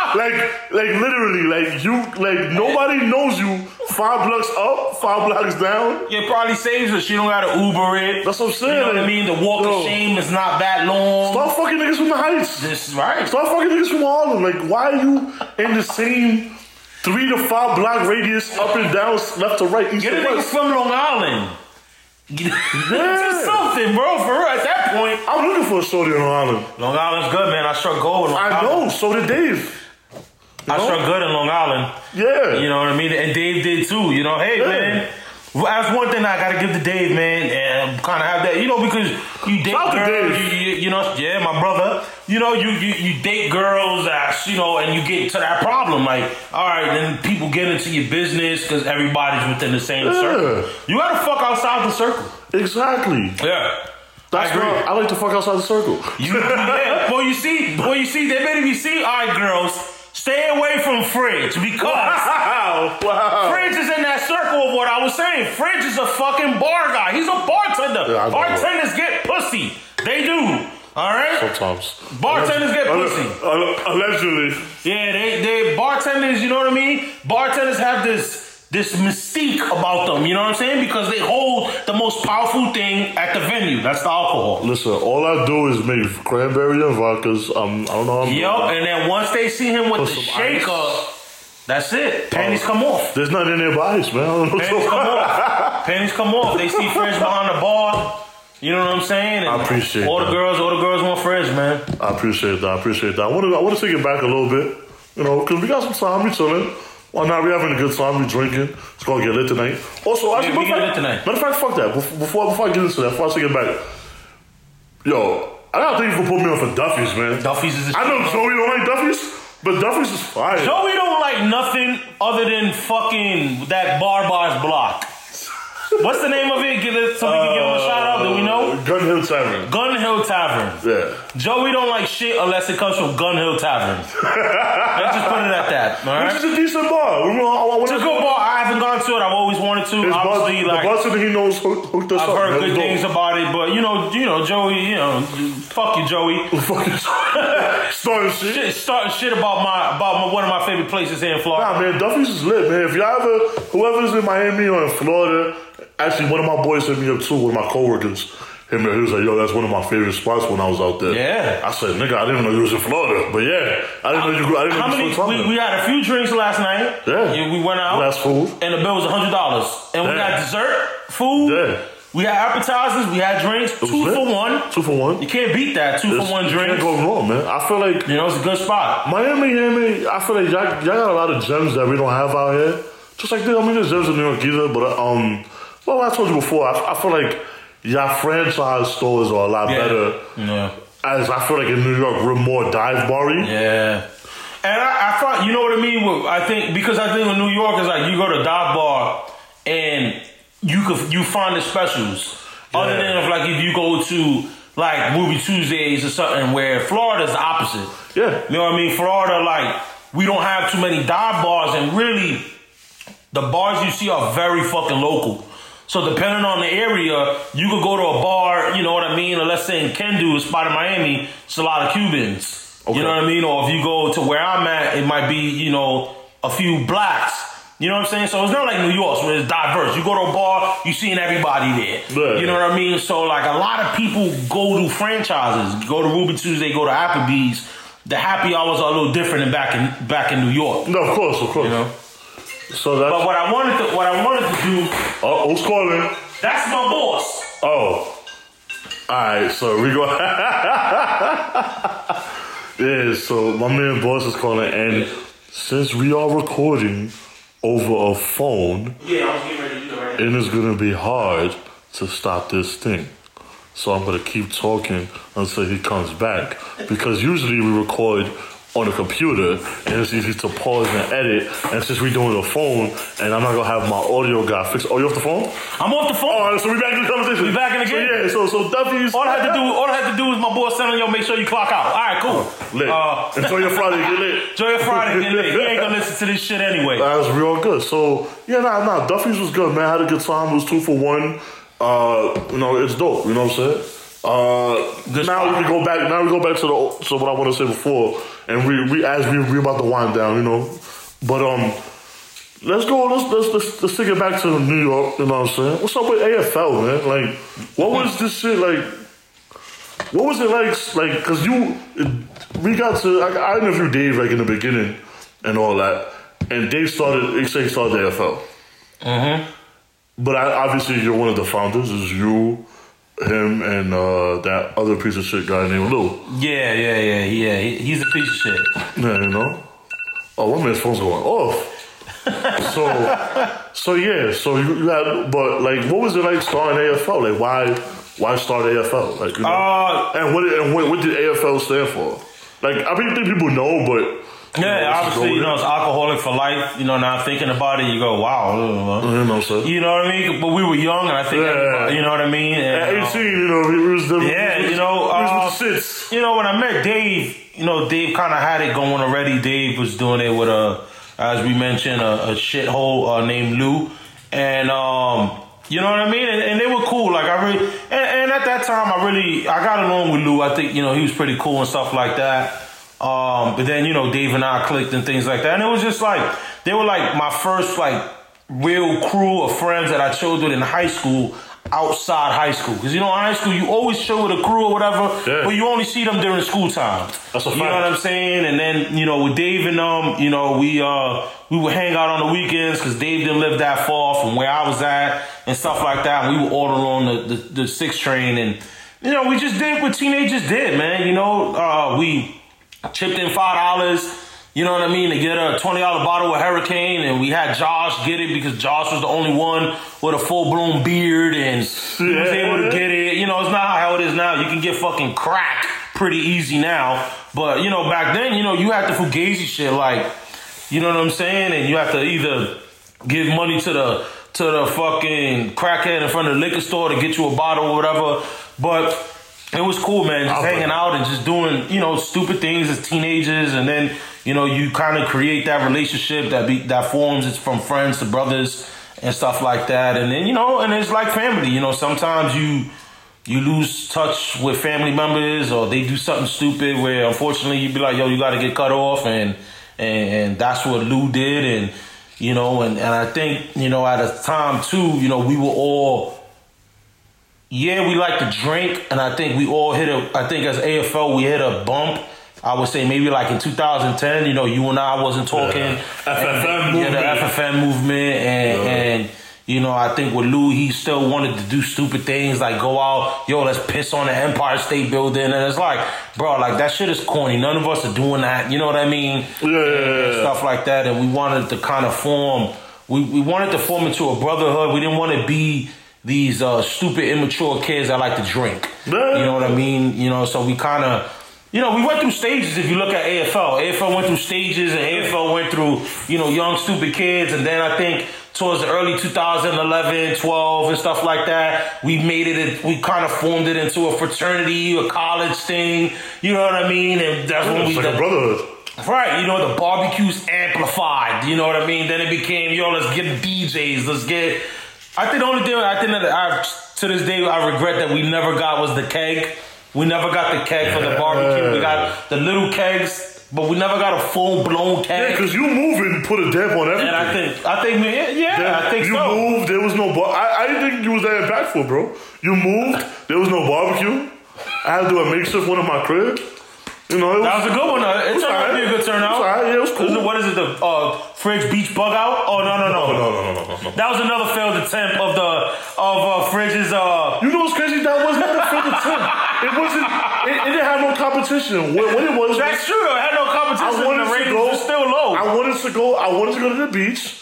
Like, like literally, like you, like nobody knows you. Five blocks up, five blocks down.
Yeah, probably saves her. She don't gotta Uber it.
That's what I'm saying.
You know what I mean? The walk
Yo.
of shame is not that long.
Stop fucking niggas from the heights.
This is right.
Stop fucking niggas from Harlem. Like, why are you in the same three to five block radius, up and down, left to right, east
Get a
to
nigga
west?
from Long Island. Get (laughs)
Yeah.
Do something, bro. For real, at that point,
I'm looking for a shorty in Harlem.
Long Island's good, man. I struck gold in Long
I
Island.
know. So did Dave.
I
know?
struck good in Long Island.
Yeah.
You know what I mean? And Dave did too. You know, hey
Yeah.
man. Well, That's one thing I gotta give to Dave, man. And kind of have that, you know, because you date
Shout out to
girls,
Dave.
you, you, you know, yeah, my brother. You know, you, you you date girls, uh, you know, and you get to that problem. Like, all right, then people get into your business because everybody's within the same circle. You gotta fuck outside the circle.
Exactly.
Yeah,
That's
I agree.
why I like to fuck outside the circle.
You, yeah. Well, you see, well, you see, they made me see. All right, girls, stay away from fridge because.
Wow. Wow.
Fridge is in that circle of what I was saying. Fridge is a fucking bar guy. He's a bartender.
Yeah, I know.
Bartenders get pussy. They do. All right.
Sometimes.
Bartenders get
Alle-
pussy.
alle- Allegedly.
Yeah, they they bartenders. You know what I mean? Bartenders have this this mystique about them. You know what I'm saying? Because they hold the most powerful thing at the venue. That's the alcohol.
Listen, all I do is make cranberry and vodkas. Um, I don't know. How I'm
Yup. And then once they see him with
Put
the
some
shaker, that's it. Panties
Oh.
come off.
There's nothing in there but ice, man. (laughs) I don't know.
Panties come off. Panties come off. They see French behind the bar. You know what I'm saying? And
I appreciate
all
that.
the girls. All the girls want French, man.
I appreciate that. I appreciate that. I want to. I want to take it back a little bit, you know, because we got some time. We chilling. Why not? We having a good time. We drinking. It's gonna get lit tonight. Also, actually,
we
matter
get
of fact-
lit tonight.
Matter of fact, fuck that. Bef- Before before I get into that, before I take it back, yo, I gotta thank you for putting me on for Duffy's, man.
Duffy's is.
I know Joey don't like Duffy's, but Duffy's is fire.
Joey don't like nothing other than fucking that Barbar's block. What's the name of it? Give it so we can give him a shout out. Do we know?
Gun Hill Uh, Tavern.
Gun Hill Tavern.
Yeah.
Joey don't like shit unless it comes from Gun Hill Tavern. Let's just put it at that. All
(laughs) Which
right.
is a decent bar. We want- I want
It's
to
a good bar. I haven't gone to it. I've always wanted to.
His bar,
Obviously,
the
like
bartender he knows hooked, hooked us
I've
up.
heard
man.
good
Dope.
things about it, but you know, you know, Joey, you know, fuck you, Joey. (laughs)
Fucking starting shit.
Shit, starting shit about my about my, one of my favorite places here in Florida.
Nah, man, Duffy's is lit, man. If y'all ever, whoever's in Miami or in Florida, actually, one of my boys hit me up too, one of my coworkers. Him, he was like, "Yo, that's one of my favorite spots when I was out there."
Yeah.
I said, "Nigga, I didn't know you was in Florida, but yeah, I didn't know you. I didn't
How
know you
many?
was from
We, we
Florida."
had a few drinks last night.
Yeah.
we went out.
Last food.
And the bill was hundred dollars. And we
Yeah.
got dessert, food.
Yeah.
We had appetizers. We had drinks.
It was
Two
lit.
for one.
Two for one.
You can't beat that. Two
It's-
for one
you
drink.
Can't go wrong, man. I feel like
You know, it's a good spot.
Miami, Miami. I feel like y'all, y'all got a lot of gems that we don't have out here. Just like I mean, there's gems in New York either, but um, well, I told you before, I, I feel like y'all franchise stores are a lot better.
Yeah.
As I feel like in New York, we're more dive bar
Yeah. And I, I thought, you know what I mean? Well, I think because I think in New York it's like you go to dive bar and you could you find the specials. Other
Yeah.
than if like if you go to like Movie Tuesdays or something where Florida's the opposite.
Yeah.
You know what I mean? Florida, like, we don't have too many dive bars, and really, the bars you see are very fucking local. So depending on the area, you could go to a bar, you know what I mean? Or let's say in Kendu, a spot in Miami, it's a lot of Cubans.
Okay.
You know what I mean? Or if you go to where I'm at, it might be, you know, a few blacks. You know what I'm saying? So it's not like New York where it's diverse. You go to a bar, you seeing everybody there.
Yeah.
You know what I mean? So like a lot of people go to franchises, go to Ruby Tuesday, go to Applebee's, the happy hours are a little different than back in back in New York.
No, of course, of course.
You know.
So that's
But what I wanted to what I wanted to do,
oh, who's calling?
that's my boss.
Oh. Alright, so we go (laughs) Yeah, so my man boss is calling and since we are recording over a phone,
Yeah, I was getting ready to do that right now.
it is gonna be hard to stop this thing. So I'm gonna keep talking until he comes back. Because usually we record on a computer and it's easy to pause and edit. And since we're doing a phone and I'm not gonna have my audio guy fix Oh, you off the phone?
I'm off the phone.
Alright, so we back in the conversation.
We back in the game.
So yeah, so so Duffy's
All I had to do, all I had to do was my boss telling yo, make sure you clock out. All right, cool.
Lit.
Uh,
Enjoy your Friday,
(laughs)
Uh, get lit.
Joy Friday,
(laughs)
get lit. You ain't gonna listen to this shit anyway.
That was real good. So yeah, nah, nah. Duffy's was good, man. I had a good time. It was two for one. Uh, you know, it's dope. You know what I'm saying? Uh,
Good
now
spot.
we go back. Now we go back to the old- so what I want to say before, and we we as we we about to wind down, you know. But um, let's go. Let's let's let's, let's take it back to New York. You know what I'm saying? What's up with AFL, man? Like, what was this shit like? What was it like? Like, cause you, we got to. I, I interviewed Dave like in the beginning and all that, and Dave started. He said he started the AFL. But I, obviously, you're one of the founders. Is you, him, and uh, that other piece of shit guy named Lou.
Yeah, yeah, yeah, yeah. He, he's a piece of shit.
Yeah, you know. Oh, one man's phone's going off. so, so yeah. So you, you had, but like, what was it like starting AFL? Like, why, why start AFL? Like, you know.
Uh,
And what and what, what did AFL stand for? Like I mean, I think people know, but
yeah, obviously, you know,
what
it's alcoholic for life. You know, now thinking about it, you go, wow.
you know what I'm saying.
You know what I mean? But we were young, and I think,
Yeah.
everybody- you know what I mean? And,
At
uh,
18, you know, we was the
Yeah,
we was-
you know,
we
uh,
was with the sits.
You know, when I met Dave, you know, Dave kind of had it going already. Dave was doing it with a, as we mentioned, a, a shithole uh, named Lou, and um, you know what I mean. And, and they were cool. Like I really, and, and at that time, I really, I got along with Lou. I think you know he was pretty cool and stuff like that. Um, but then you know Dave and I clicked and things like that, and it was just like they were like my first like real crew of friends that I chilled with in high school. Outside high school, because you know, in high school, you always chill with a crew or whatever,
Yeah.
but you only see them during school time.
That's a
You know
fact.
what I'm saying? And then you know with Dave and um, you know we uh we would hang out on the weekends because Dave didn't live that far from where I was at and stuff like that. And we were all along the the, the six train and you know we just did what teenagers did, man. You know uh we chipped in five dollars. You know what I mean? To get a twenty dollar bottle of Hurricane, and we had Josh get it because Josh was the only one with a full blown beard, and he was able to get it. You know, it's not how it is now. You can get fucking crack pretty easy now, but you know, back then, you know, you had the fugazi shit, like, you know what I'm saying, and you have to either give money to the to the fucking crackhead in front of the liquor store to get you a bottle or whatever, but. It was cool, man. Just
I'll put-
hanging out out and just doing you know stupid things as teenagers, and then you know you kind of create that relationship that be that forms. It's from friends to brothers and stuff like that, and then you know, and it's like family. You know, sometimes you you lose touch with family members, or they do something stupid where unfortunately you be like, yo, you got to get cut off, and and and that's what Lou did, and you know, and and I think you know at a time too, you know, we were all yeah, we like to drink, and I think we all hit a. I think as AFL, we hit a bump. I would say maybe like in 2010. You know, you and I wasn't talking.
Yeah. FFM
And-
movement.
Yeah, the FFM movement, and
Yeah.
and you know, I think with Lou, he still wanted to do stupid things like go out, yo, let's piss on the Empire State Building, and it's like, bro, like that shit is corny. None of us are doing that. You know what I mean?
Yeah, yeah,
and
yeah.
stuff like that. And we wanted to kind of form, we, we wanted to form into a brotherhood. We didn't want to be these uh, stupid, immature kids that like to drink.
Yeah.
You know what I mean? You know, so we kind of, you know, we went through stages. If you look at AFL, AFL went through stages, and AFL went through, you know, young stupid kids, and then I think towards the early 2011, 12, and stuff like that, we made it. We kind of formed it into a fraternity, a college thing. You know what I mean? And that's when we
It's like a brotherhood.
Right, you know, the barbecues amplified, you know what I mean? Then it became, yo, let's get DJs, let's get. I think the only thing I think that I, to this day, I regret that we never got was the keg. We never got the keg for the barbecue. We got the little kegs, but we never got a full blown
Yeah,
keg.
cause you moving put a damp on everything.
and I think, I think, we- yeah, yeah, I think
you
so.
moved. There was no bar. I, I didn't think you was that impactful, bro. You moved. There was no barbecue. I had to do a makeshift one in my crib. You know, it was,
That was a good one. though. It turned out to be a good
It was all
turnout.
right. Yeah, it was cool.
Is it- What is it? The uh, Fridge Beach Bug Out? Oh no no no.
no, no, no, no, no.
That was another failed attempt of the of uh, Fridge's. Uh,
You know what's crazy? That was not a favorite attempt. It wasn't. It, it didn't have no competition. What, what it was?
that's true. though. It had no
I
competition. and
wanted
the
to
ratings
go.
were still low.
I wanted to go. I wanted to go to the beach.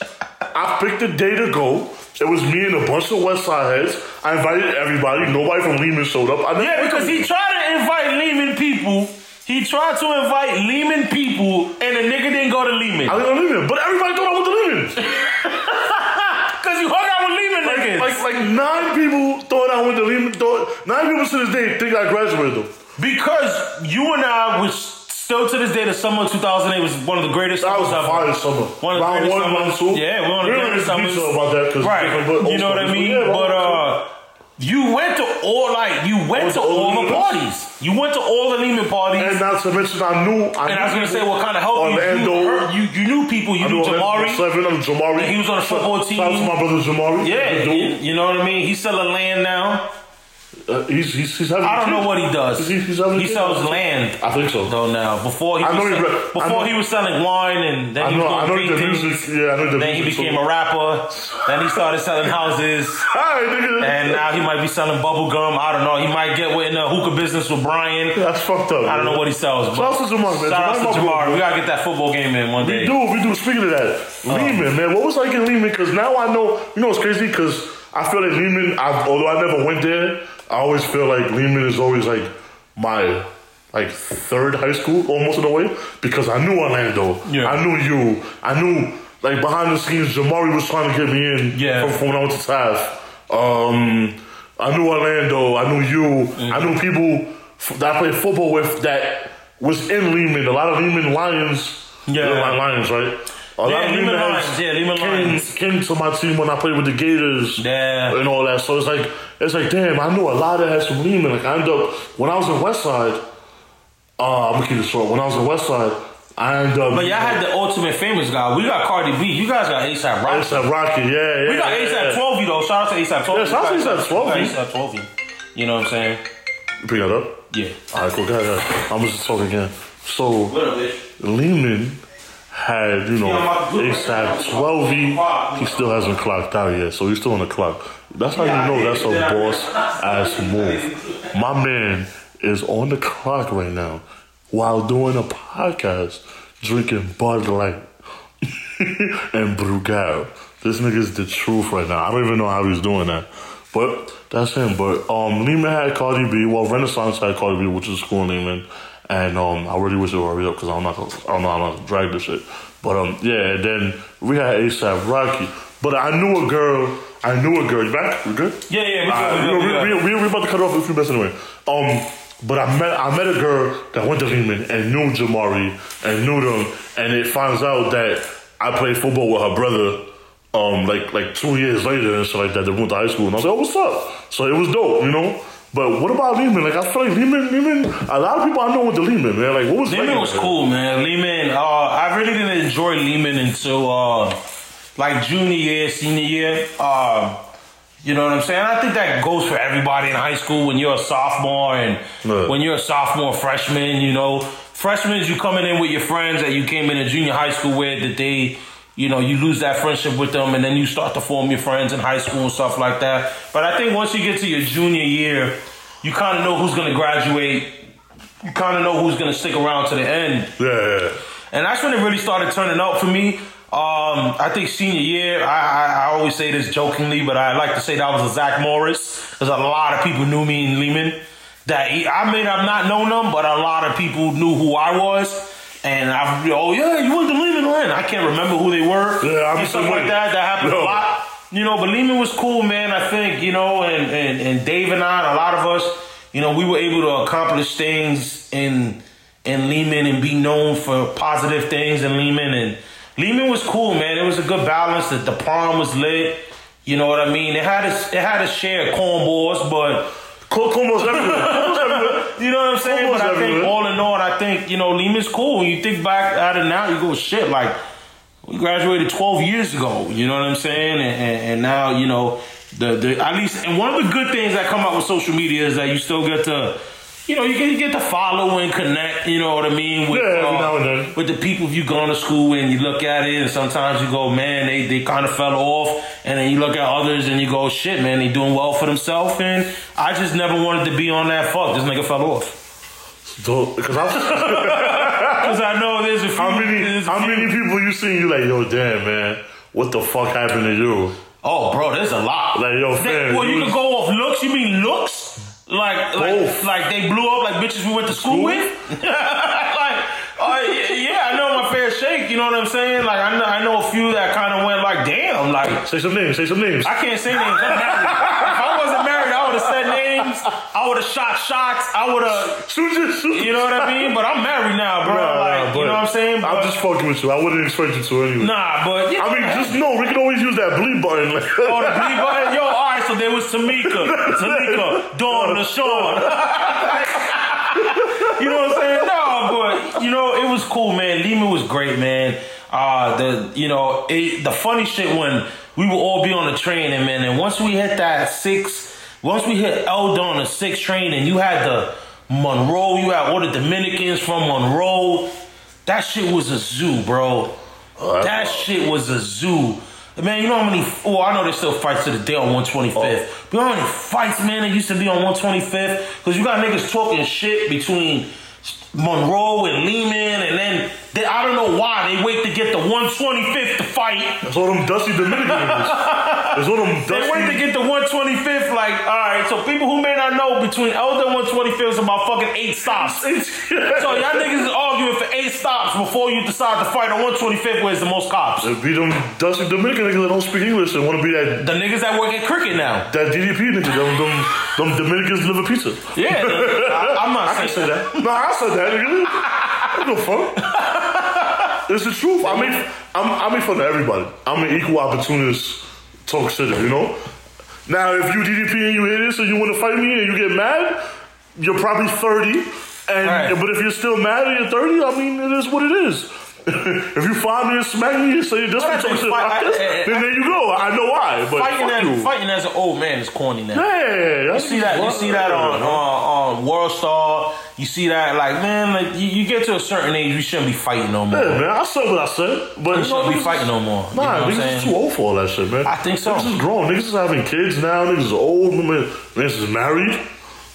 I picked a day to go. It was me and a bunch of West Side heads. I invited everybody. Nobody from Lehman showed up. I never went to
yeah, because he
Lehman.
tried to invite Lehman people. He tried to invite Lehman people, and the nigga didn't go to Lehman.
I didn't go to Lehman, but everybody thought I went to Lehman.
(laughs) Because you hung out with Lehman niggas.
Like, like nine people thought I went to Lehman. Thought, nine people to this day think I graduated. Them.
because you and I was still to this day, the summer of 2008 was one of the greatest
That was
summers
a
I've-
fire summer.
One of the
round
greatest
one, round
summers.
two.
Yeah, one of the
we don't
greatest
get
summers.
detail about that because
Right. You know what I mean? but uh you went to all like you went
Went
to
to all
all the
the
parties. You went to all the Lehman parties.
And
And,
not to mention, I knew. I
I was gonna say what kind of help you, you,
Orlando.
heard- you you knew people, you knew Jamari.
Seven of Jamari.
He was on the football team.
Shout out to my brother Jamari.
Yeah,
Good dude.
you know what I mean? He's selling land now.
Uh, he's, he's, he's having
I don't
kids.
know what he does.
Is he- he's having
he
kids?
sells land
I think so.
though now. Before he
I
was
know he
sell-
re- I
before
know-
he was selling wine and then
I
he was
know,
doing
I know the
paintings.
music. Yeah, I know the music.
Then he became
so.
a rapper. then he started selling houses.
(laughs) Hi, nigga.
And now he might be selling bubble gum. I don't know. He might get in a hookah business with Brian.
That's fucked up.
I don't know what he sells. But
Shout out to Jamari, man.
Shout out
Jamari
to
my bro,
Jamar.
man.
We gotta get that football game in one
We
day.
do, we do. Speaking of that,
Um,
Lehman, man, what was like in Lehman? Because now I know, you know, it's crazy because I feel that Lehman, I, although I never went there, I always feel like Lehman is always like my like third high school, almost in a way, because I knew Orlando,
Yeah.
I knew you, I knew like behind the scenes, Jamari was trying to get me in
Yeah.
from, from when I went to TAF. Um, I knew Orlando, I knew you,
Mm.
I knew people f- that I played football with that was in Lehman. A lot of Lehman Lions.
Yeah.
They're like Lions, right? A lot
Yeah,
of
Lehman
heads
Lions, yeah, Lehman
came,
Lions.
Came to my team when I played with the Gators.
Yeah.
And all that. So it's like, it's like, damn, I know a lot of ass from Lehman. Like, I end up, when I was in Westside, uh, I'm gonna keep it short. When I was in Westside, I end up.
But y'all had the ultimate famous guy. We got Cardi B. You guys got ASAP Rocky.
ASAP Rocky, yeah, yeah.
We got
yeah,
ASAP
yeah.
12 though. Shout out to ASAP 12
Yeah, shout out to A$AP Rocky.
ASAP 12 You know what I'm saying?
You Bring that up.
Yeah.
Alright, cool, go ahead. go ahead. I'm just talking again. So,
Little bitch.
Lehman had, you know, ASAP 12E. He still hasn't clocked out yet, so he's still on the clock. That's how you know that's a boss ass move. My man is on the clock right now while doing a podcast drinking Bud Light (laughs) and Brugal. This nigga's the truth right now. I don't even know how he's doing that. But that's him. But um Lehman had Cardi B. Well Renaissance had Cardi B, which is cool Lehman. And um I really wish it would hurry up because I'm not gonna I don't know I'm not gonna drag this shit. But um yeah, and then we had ASAP Rocky. But I knew a girl I knew a girl. You back? We good?
Yeah, yeah, we
Alright,
good, we
you know,
good, we
we, we, we, we about to cut off in a few minutes anyway. Um, but I met I met a girl that went to Lehman and knew Jamari and knew them, and it finds out that I played football with her brother. Um, like like two years later and shit like that. They went to high school, and I was like, "Oh, what's up?" So it was dope, you know. But what about Lehman? Like I feel like Lehman, Lehman. A lot of people I know went to Lehman, man. Like what was
Lehman
like-
was cool, man. Lehman, uh, I really didn't enjoy Lehman until uh, like junior year, senior year. Um, you know what I'm saying? I think that goes for everybody in high school when you're a sophomore and
Yeah.
when you're a sophomore freshman. You know, freshmen you coming in with your friends that you came in a junior high school with that they. You know, you lose that friendship with them, and then you start to form your friends in high school and stuff like that. But I think once you get to your junior year, you kind of know who's going to graduate. You kind of know who's going to stick around to the end.
Yeah, yeah, yeah.
And that's when it really started turning up for me. Um, I think senior year, I, I, I always say this jokingly, but I like to say that was a Zach Morris because a lot of people knew me in Lehman. That he, I may have not known them, but a lot of people knew who I was. And I, oh yeah, you went to Lehman Land. I can't remember who they were.
Yeah, I'm
and stuff
the
like
same.
that. That happened a
No.
lot. You know, but Lehman was cool, man. I think you know, and and and Dave and I, and a lot of us, you know, we were able to accomplish things in in Lehman and be known for positive things in Lehman. And Lehman was cool, man. It was a good balance. That the prom was lit. You know what I mean? It had its it had a share of cornballs, but
Cool, cool, most everywhere. Cool, most everywhere.
(laughs) you know what I'm saying?
Football's
but I think
everywhere.
all in all, I think, you know, Lehman's cool. When you think back at it now, you go, shit, like, we graduated 12 years ago. You know what I'm saying? And, and, and now, you know, the, the at least, and one of the good things that come out with social media is that you still get to you know, you can get to follow and connect, you know what I mean, with,
Yeah, every
uh,
now and then.
with the people you go to school with and you look at it and sometimes you go, man, they, they kind of fell off. And then you look at others and you go, shit, man, they doing well for themselves. And I just never wanted to be on that fuck. This nigga fell off. (laughs)
Because (laughs) I'm.
Because I know there's a few.
How many
there's a
how
few-
many people you seen you like, yo, damn man, what the fuck happened to you?
Oh, bro, there's a lot.
Like, yo, fam,
They, well,
you
you
was-
can go off looks. You mean looks? Like, like,
Both.
like they blew up like bitches we went to school,
School?
with. (laughs) like, oh yeah, yeah, I know my fair shake. You know what I'm saying? Like, I know, I know a few that kind of went like, damn, like.
Say some names, say some names.
I can't say names. I'm married. if I wasn't married, I would have said names. I would have shot shots. I would have,
Shoot it, shoot it.
you know what I mean. But I'm married now, bro.
Nah, nah,
like,
but
you know what I'm saying? But-
I'm just fucking with you. I wouldn't expect you to anyway.
nah, but yeah.
I mean, just know we can always use that bleep button. (laughs) Like,
Oh, the bleep button? Yo, all right, so there was Tamika, Tamika, Dawn, LaShawn. (laughs) you know what I'm saying? No, but, you know, it was cool, man. Lima was great, man. Uh, the you know it, the funny shit when we would all be on the train and man and once we hit that six once we hit Eldon on the six train and you had the Monroe you had all the Dominicans from Monroe that shit was a zoo bro that shit was a zoo. Man, you know how many? Oh, I know there's still fights to the day on 125th. But you know how many fights, man, that used to be on 125th? Because you got niggas talking shit between Monroe and Lehman, and then they, I don't know why they wait to get the 125th to fight.
That's all them dusty Dominicans. That's all them
They wait to
dusty.
get the 125th, like, all right, so people who may not know, between Elder and 125th is about fucking eight
(laughs)
stops. So y'all niggas is arguing for eight stops before you decide to fight on 125th, where's the most cops.
They be them dusty Dominican niggas that don't speak English and want to be that
The niggas that work at cricket now.
that DDP nigga. Them them, them Dominicans live a pizza.
Yeah, no, (laughs) I, I'm not
I
saying
said that. No, I said that, nigga. What the fuck? It's the truth. I mean, I'm, I mean fun of everybody. I'm an equal opportunist talk shit, you know? Now, if you DDP and you hear this and you want to fight me and you get mad, you're probably 30. And
Right.
But if you're still mad and you're 30, I mean, it is what it is. (laughs) if you find me and smack me and say this
I
bitch talk
think
shit
fight-
like
I- I-
this, then there you go. I know why, but
fighting
fuck you.
as, fighting as an old man is corny now.
Yeah,
You see that? You see that on on, on World Star. You see that? Like man, like you, you get to a certain age, you shouldn't be fighting no more.
Yeah, man, I said what I said, but
You
you know,
shouldn't be
niggas-
fighting no more. You
Nah,
know what I'm
niggas
saying?
is too old for all that shit, man.
I think so.
Niggas is grown. Niggas is having kids now. Niggas is old. Man, niggas is married.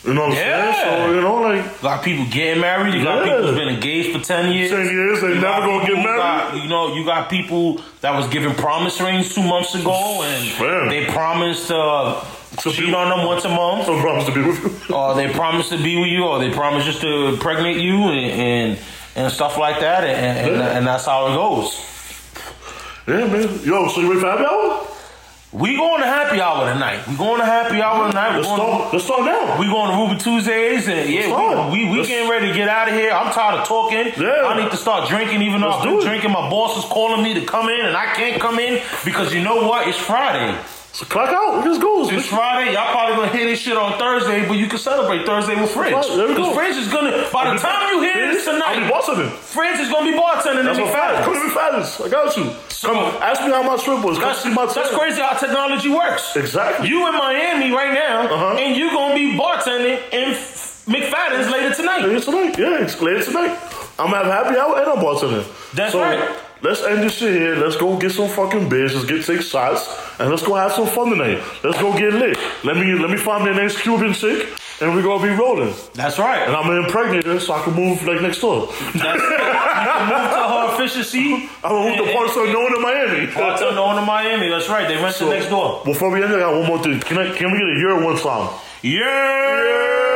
You know what I'm
Yeah.
saying? So you know, like
A lot of people getting married. You got
Yeah.
people who's been engaged for ten years.
ten years, they
You
never
got
gonna
people
get
who
married.
got- you know, you got people that was giving promise rings two months ago, and
Man.
they promised uh, to
To
cheat
be-
on them once a month.
No promise to be with you. (laughs)
or they promise to be with you, or they promise just to impregnate you, and and, and stuff like that, and and,
Yeah.
and that's how it goes.
yeah, man. Yo, so you ready for happy hour?
We going to happy hour tonight. We going to happy hour tonight. We
Let's
going
start. Let's start now.
to, we going to Ruby Tuesdays, and yeah,
start.
we, we, we
Let's-
getting ready to get out of here. I'm tired of talking.
Yeah.
I need to start drinking, even though
Let's
I've been
do it.
drinking. My boss is calling me to come in, and I can't come in because you know what? It's Friday.
So clock out. It just goes.
It's
bitch.
Friday. Y'all probably gonna hear this shit on Thursday, but you can celebrate Thursday with Fridge.
Right, there we go.
Because Fridge is gonna, by the time you hear this tonight,
I'll be bossing it.
Fridge is gonna be bartending
That's
in
my
the
fact. Come to
fast.
me, fattest. I got you. Come, ask me how my trip was. Come
That's,
see my
that's
trip.
crazy how technology works.
Exactly.
You in Miami right now,
Uh-huh.
and you gonna be bartending in F- McFadden's later tonight.
Later tonight, yeah, it's later tonight. I'm gonna have happy hour and I'm bartending.
That's
so,
right.
Let's end this shit here. Let's go get some fucking beers. Let's get take shots and let's go have some fun tonight. Let's go get lit. Let me let me find the next Cuban chick and we're gonna be rolling.
That's
And
right.
I'm gonna impregnate her so I can move like next door. (laughs)
That's it. You can move to her efficiency.
I'm gonna move to parts unknown in Miami.
Bartender on to Miami. That's right. They rented next door.
Before we end, I got one more thing. Can I can we get a year one time?
Yeah.